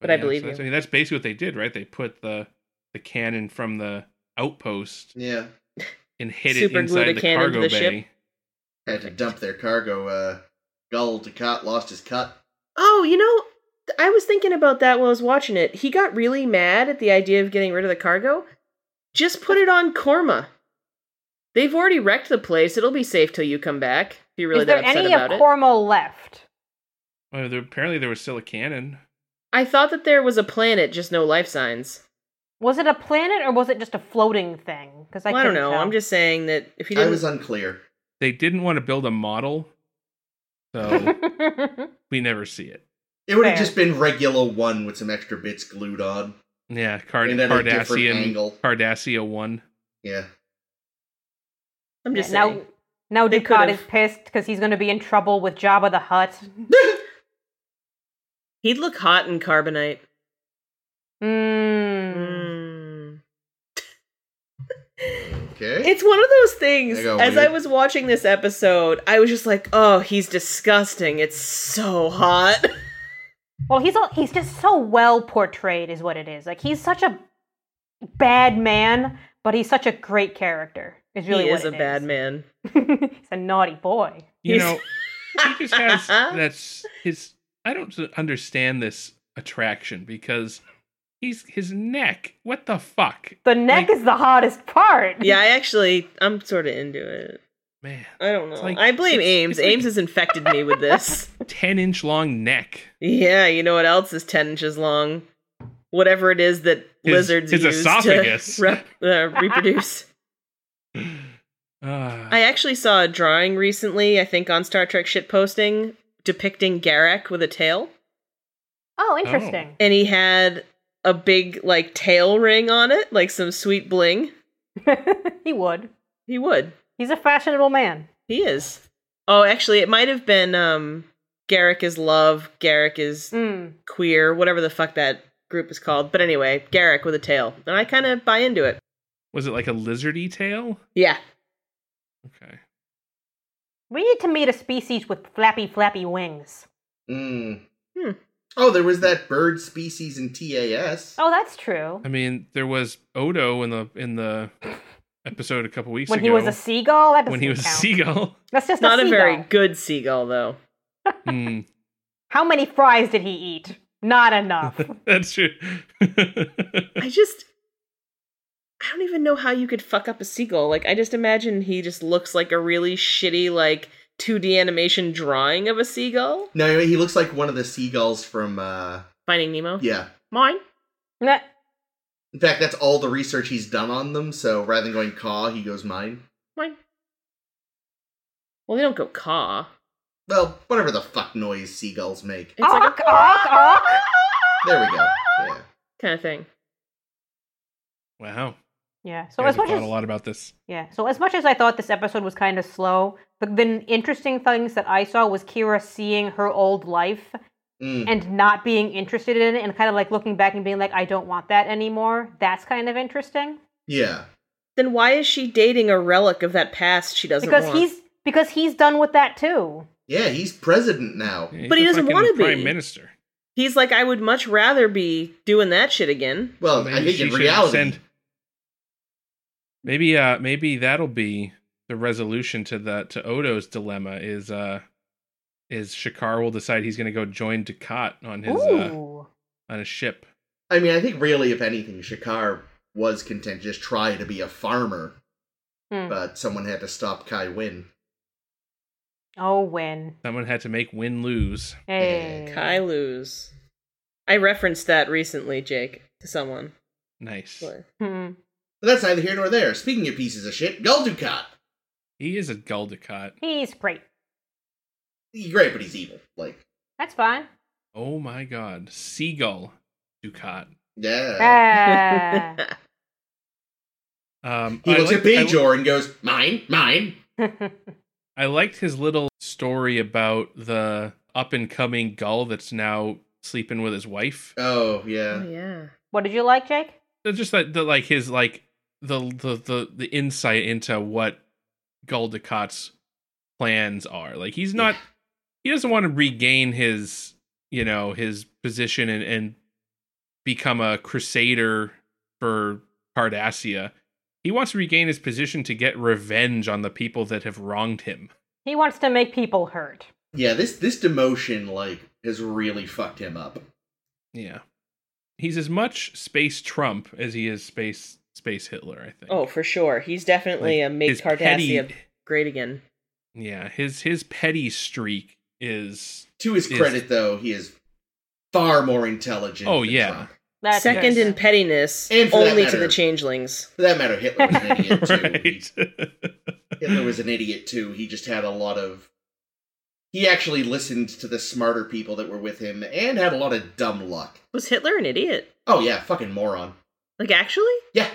A: but I
B: yeah, so
A: believe
B: that's,
A: you.
B: I mean, that's basically what they did, right? They put the the cannon from the outpost
C: Yeah,
B: and hid it
A: Superglued
B: inside
A: a
B: the
A: cannon to
B: cargo
A: the ship.
B: bay.
C: had to dump their cargo. Uh, Gull Ducat lost his cut.
A: Oh, you know, th- I was thinking about that while I was watching it. He got really mad at the idea of getting rid of the cargo. Just put it on Korma. They've already wrecked the place. It'll be safe till you come back. If you're really
D: is there
A: that upset
D: any of
A: about it.
D: Cormo left?
B: Well, there, apparently there was still a cannon.
A: I thought that there was a planet, just no life signs.
D: Was it a planet or was it just a floating thing? Because I,
A: Well, I don't
D: couldn't
A: know.
D: tell.
A: I'm just saying that if you
C: I
A: didn't,
C: was unclear.
B: They didn't want to build a model,
D: <laughs>
A: <laughs>
B: so we never see it.
C: It would have
D: Fair.
C: just been regular one with some extra bits glued on
B: Yeah, Card-
C: and at a different
B: Cardassian,
C: angle.
B: Cardassia one.
C: Yeah,
A: I'm just
D: now.
A: saying.
D: Now
A: They
D: Ducat
A: could've.
D: is pissed because he's going to be in trouble with Jabba the Hutt.
A: He'd look hot in carbonite.
D: Hmm. Mm.
A: Mm.
C: okay.
A: It's one of those things.
C: They go
A: As
C: weird.
A: I was watching this episode, I was just like, "Oh, he's disgusting. It's so hot."
D: Well, he's all, he's just so well portrayed, is what it is. Like he's such a bad man, but he's such a great character. Is really
A: he
D: what
A: is
D: it
A: a bad man.
D: <laughs> he's a naughty boy.
B: You
A: He's-
B: know, he
A: <laughs>
B: just has that's his i don't understand this attraction because he's his neck what the fuck
D: The neck
B: Like-
D: is the hottest part.
A: yeah, I actually, I'm sort of into it.
B: man
A: I don't know.
B: like-
A: I blame
B: it's-
A: Ames.
B: it's like-
A: Ames has infected me with
B: <laughs>
A: this.
B: 10 inch long neck
A: Yeah, you know what else is 10 inches long? Whatever it is that
B: His-
A: lizards
B: his
A: use
B: esophagus.
A: to <laughs> rep- uh,
B: <laughs>
A: reproduce.
B: uh,
A: I actually saw a drawing recently, I think on Star Trek shitposting, depicting Garak with a tail.
D: Oh, interesting.
A: And he had a big, like, tail ring on it, like some sweet bling.
B: Oh.
D: <laughs> he would.
A: He would.
D: He's a fashionable man.
A: He is. Oh, actually, it might have been um, Garrick is love, Garrick is
D: Mm.
A: queer, whatever the fuck that group is called. But anyway, Garrick with a tail. And I kind of buy into it.
B: was it like a lizardy tail
A: Yeah.
B: okay
D: We need to meet a species with flappy, flappy wings.
C: Mm.
A: Hmm.
C: Oh, there was that bird species in TAS.
D: Oh, that's true.
B: i mean there was odo in the in the episode a couple weeks
D: When
B: ago
D: he was a seagull, that doesn't
B: when he was
D: count.
B: a seagull
D: That's just
A: Not a
D: seagull.
A: very good seagull, though.
B: Hmm,
D: How many fries did he eat?
B: <laughs>
D: Not enough.
B: that's true
A: I just. I don't even know how you could fuck up a seagull. Like, I just imagine he just looks like a really shitty, like, 2D animation drawing of a seagull.
C: No, he looks like one of the seagulls from. uh
A: Finding Nemo.
C: Yeah.
A: Mine.
D: Nah.
C: In fact, that's all the research he's done on them. So rather than going caw, he goes mine.
A: Mine. Well, they don't go caw.
C: Well, whatever the fuck noise seagulls make.
A: It's like
D: Awk, awk,
A: <laughs>
D: awk.
C: There we go. Yeah.
A: kind of thing.
B: wow
D: Yeah. So
B: so i
D: as much
B: thought
D: as
B: a lot about this
D: yeah, so as much as I thought this episode was kind of slow, the, the interesting things that I saw was Kira seeing her old life
C: Mm.
D: and not being interested in it, and kind of like looking back and being like, I don't want that anymore. That's kind of interesting
C: Yeah.
A: Then why is she dating a relic of that past she doesn't
D: because
A: want?
D: he's because he's done with that too.
C: Yeah, he's president now.
B: Yeah, he's
A: But he
B: the
A: doesn't
B: fucking
A: wanna be.
B: prime minister
A: He's like, I would much rather be doing that shit again.
C: Well, I
B: Maybe
C: think
B: she
C: in
B: should
C: reality,
B: send- maybe uh maybe that'll be the resolution to the to Odo's dilemma is uh is Shakar will decide he's gonna go join Ducat on his uh
D: Ooh,
B: on a ship.
C: I mean, I think really, if anything, Shakar was content to just try to be a farmer,
D: Hmm.
C: but someone had to stop Kai Wynn.
D: Oh, win.
B: Someone had to make win lose.
D: Hey.
A: Kai lose. I referenced that recently, Jake, to someone.
B: Nice.
A: But-
D: Hmm.
C: But that's neither here nor there. Speaking of pieces of shit, Guldukat.
B: He is a Guldicott.
D: He's great.
C: He's great, but he's evil. Like,
D: That's fine.
B: Oh my god. Seagull Ducat.
C: yeah.
A: <laughs>
D: Ah.
B: Um
C: He
B: I
C: looks
B: liked-
C: at
B: I-
C: Bajor and goes, "Mine, mine."
D: Ah.
B: I liked his little story about the up and coming gull that's now sleeping with his wife.
C: Oh yeah.
A: oh, yeah.
D: <laughs> what did you like, Jake?
B: It's just that the like his like the the the, the insight into what Goldicott's plans are. Like he's not he doesn't want to regain his you know his position and and become a crusader for Cardassia. He wants to regain his position to get revenge on the people that have wronged him.
D: He wants to make people hurt.
C: Yeah, this this demotion like has really fucked him up.
B: Yeah. He's as much space Trump as he is space space Hitler, I think.
A: Oh, for sure. He's definitely
B: Like,
A: a make
B: his
A: Cardassia
B: petty-
A: great again.
B: Yeah, his his petty streak
A: <laughs>
B: is
C: To his
B: Yes.
C: credit, though, he is far more intelligent.
B: Oh,
C: than
B: yeah.
C: Trump.
D: That's
A: Second
D: good.
A: in pettiness,
C: And for that
A: only to the
C: matter-
A: changelings.
C: For that matter,
B: <laughs>
C: Hitler was an idiot too.
B: right.
C: Hitler was an idiot too. He just had a lot of. He actually listened to the smarter people that were with him and had a lot of dumb luck.
A: Was Hitler an idiot?
C: Oh yeah, fucking moron.
A: Like, actually?
C: Yeah.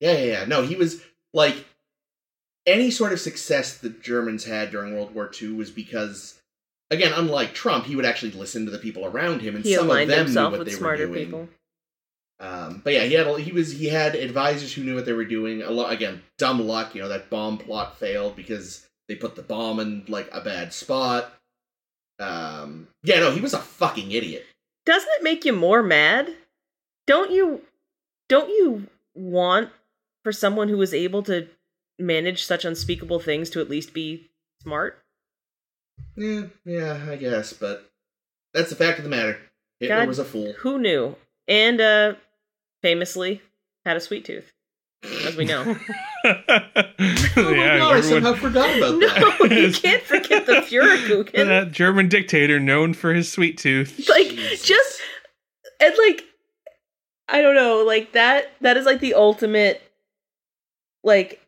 C: Yeah, yeah, yeah. No, he was like any sort of success the Germans had during World War II was because again, unlike Trump, he would actually listen to the people around him and
A: He
C: some of
A: aligned
C: them knew
A: himself
C: what
A: with
C: they
A: smarter
C: were doing.
A: people.
C: Um, but yeah, he had a, he was he had advisors who knew what they were doing. A lot again, dumb luck. You know that bomb plot failed because they put the bomb in like a bad spot. Um, yeah, no, he was a fucking idiot.
A: Doesn't it make you more mad? Don't you don't you want for someone who was able to manage such unspeakable things to at least be smart?
C: Yeah, Eh, yeah, I guess, but that's the fact of the matter. Hitler
A: God-
C: was a fool.
A: Who knew? And uh famously had a sweet tooth, as we
B: <laughs>
A: know. <laughs>
C: Oh my
B: Yeah,
C: god,
B: everyone-
C: I somehow
B: <laughs>
C: forgot about that.
A: no, you <laughs> can't forget the Fuhrerkuchen.
B: That German dictator known for his sweet
A: <laughs>
B: tooth.
A: Like,
C: Jesus.
A: just and like I don't know, like that that is like the ultimate like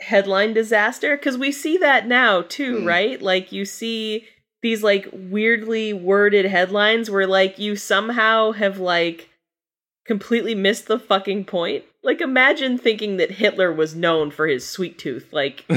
A: headline disaster cuz we see that now too,
C: Mm.
A: right? Like you see these like weirdly worded headlines where like you somehow have like completely missed the fucking point. Like imagine thinking that Hitler was known for his sweet tooth. Like
B: <laughs>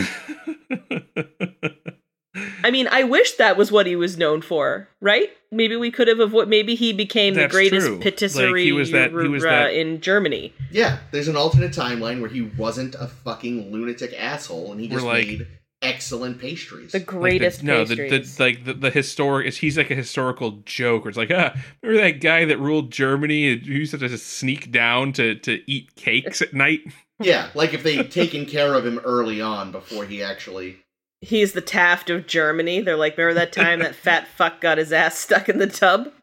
A: I mean, I wish that was what he was known for, right? Maybe we could have avoided. Maybe he became
B: That's
A: the greatest
B: true.
A: patisserie
B: Like, he was that- he was
A: uh,
B: that-
A: in Germany.
C: Yeah, there's an alternate timeline where he wasn't a fucking lunatic asshole and he
B: We're
C: just
B: like-
C: made excellent pastries.
A: The greatest
B: no, the,
A: pastries.
B: the like the, the historic. It's, he's like a historical joke. Where it's like, ah, remember that guy that ruled Germany who used to just sneak down to to eat cakes
A: <laughs>
B: at night?
C: yeah, like if they'd taken care of him early on before he actually
B: <laughs>
A: He's the Taft of Germany. They're like, remember that time
B: <laughs>
A: that fat fuck got his ass stuck in the tub?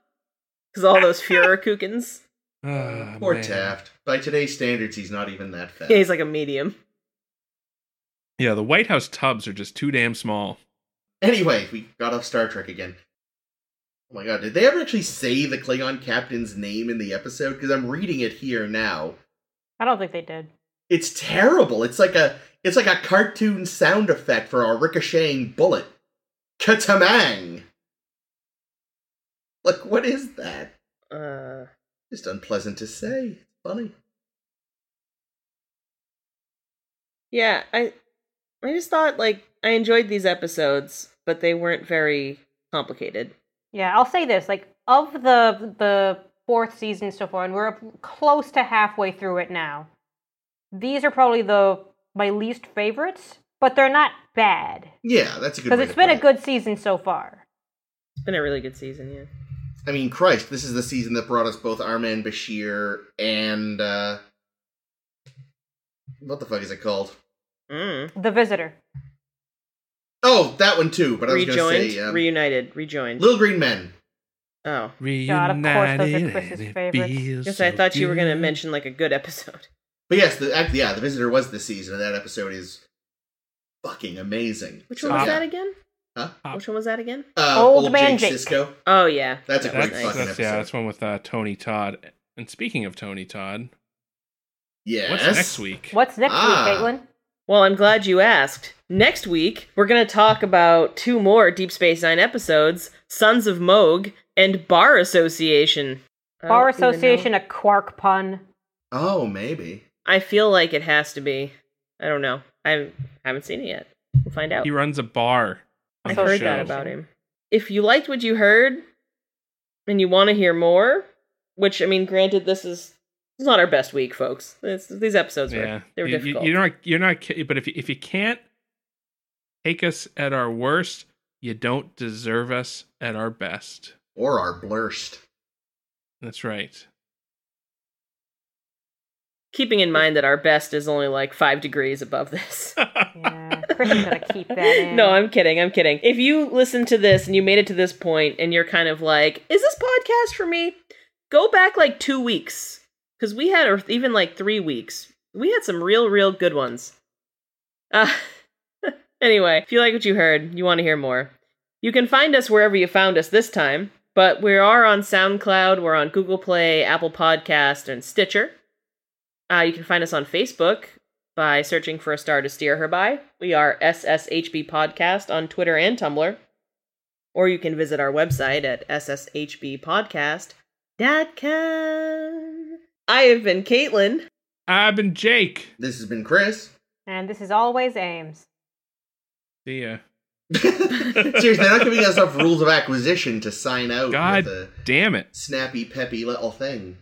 A: Because all
B: <laughs>
A: those Fuhrerkukens.
B: Ah,
C: Poor
B: man.
C: Taft. By today's standards, he's not even that fat.
A: Yeah, he's like a medium.
B: Yeah, the White House tubs are just too damn small.
C: Anyway, we got off Star Trek again. Oh my god, did they ever actually say the Klingon captain's name in the episode? Because I'm reading it here now.
D: I don't think they did.
C: It's terrible. It's like a it's like a cartoon sound effect for a ricocheting bullet. Katamang. Like what is that?
A: Uh,
C: Just unpleasant to say. Funny.
A: yeah, I, I just thought like I enjoyed these episodes, but they weren't very complicated.
D: Yeah, I'll say this: like of the the fourth season so far, and we're up close to halfway through it now. These are probably the my least favorites, but they're not bad
C: Yeah, that's a good.
D: because
C: way
D: it's
C: to
D: been
C: put
D: a
C: it.
D: good season so far.
A: It's been a really good season, yeah.
C: I mean, Christ, this is the season that brought us both Armand Bashir and uh what the fuck is it called?
A: Mm.
D: The Visitor.
C: Oh, that one too. But I was
A: rejoined,
C: gonna say um,
A: reunited, rejoined.
C: Little Green Men.
A: Oh.
B: Reunited.
D: course, those are
B: and
D: Chris's
B: it
D: favorites.
B: feels
A: Yes, I
B: so
A: thought you were going to
B: good.
A: mention like a good episode.
C: But yes, the act, yeah, the visitor was this season, and that episode is fucking amazing.
A: <laughs> Which one was
B: Uh,
A: that again?
C: Huh?
B: Uh,
A: Which one was that again?
C: Uh,
D: Old
C: old,
D: Man
C: Jake,
D: Jake.
C: Sisko.
A: Oh yeah.
C: That's a
A: That
C: great
A: was
B: That's,
A: nice.
C: fucking
B: that's,
C: episode.
B: yeah, that's one with uh, Tony Todd. And speaking of Tony Todd,
C: yes.
B: what's next week?
D: What's next
C: Ah.
D: week, Caitlin?
A: Well, I'm glad you asked. Next week, we're going to talk about two more Deep Space Nine episodes Sons of Moog and Bar Association. I
D: Bar
A: don't even know.
D: Association, a quark pun.
C: Oh, maybe.
A: I feel like it has to be. I don't know. I haven't seen it yet. We'll find out.
B: He runs a bar. on
A: I
B: the
A: heard
B: show.
A: that about him. If you liked what you heard and you want to hear more, which I mean, granted, this is it's not our best week, folks. This, these episodes were
B: Yeah,
A: they were
B: You- you-
A: difficult.
B: You're not, you're not. ki- But if you, if you can't take us at our worst, you don't deserve us at our best.
C: Or our blurst.
B: That's right. <laughs>
A: Keeping in mind that our best is only like five degrees above this.
D: Yeah, Chris's gonna
A: <laughs>
D: keep that in.
A: no, I'm kidding. I'm kidding. If you listen to this and you made it to this point and you're kind of like, is this podcast for me? Go back like two weeks because we had, or even like three weeks, we had some real, real good ones. Uh, <laughs> anyway, if you like what you heard, you want to hear more, you can find us wherever you found us this time. But we are on SoundCloud, we're on Google Play, Apple Podcast, and Stitcher. Uh, you can find us on Facebook by searching for a star to steer her by. We are SSHB Podcast on Twitter and Tumblr. Or you can visit our website at sshbpodcast.com. I have been Caitlin.
B: I've been Jake.
C: This has
B: <laughs>
C: been Chris.
D: And this is always Ames.
B: See ya.
C: Seriously, they're not giving us enough rules of acquisition to sign out
B: God
C: with a
B: damn it.
C: snappy, peppy little thing.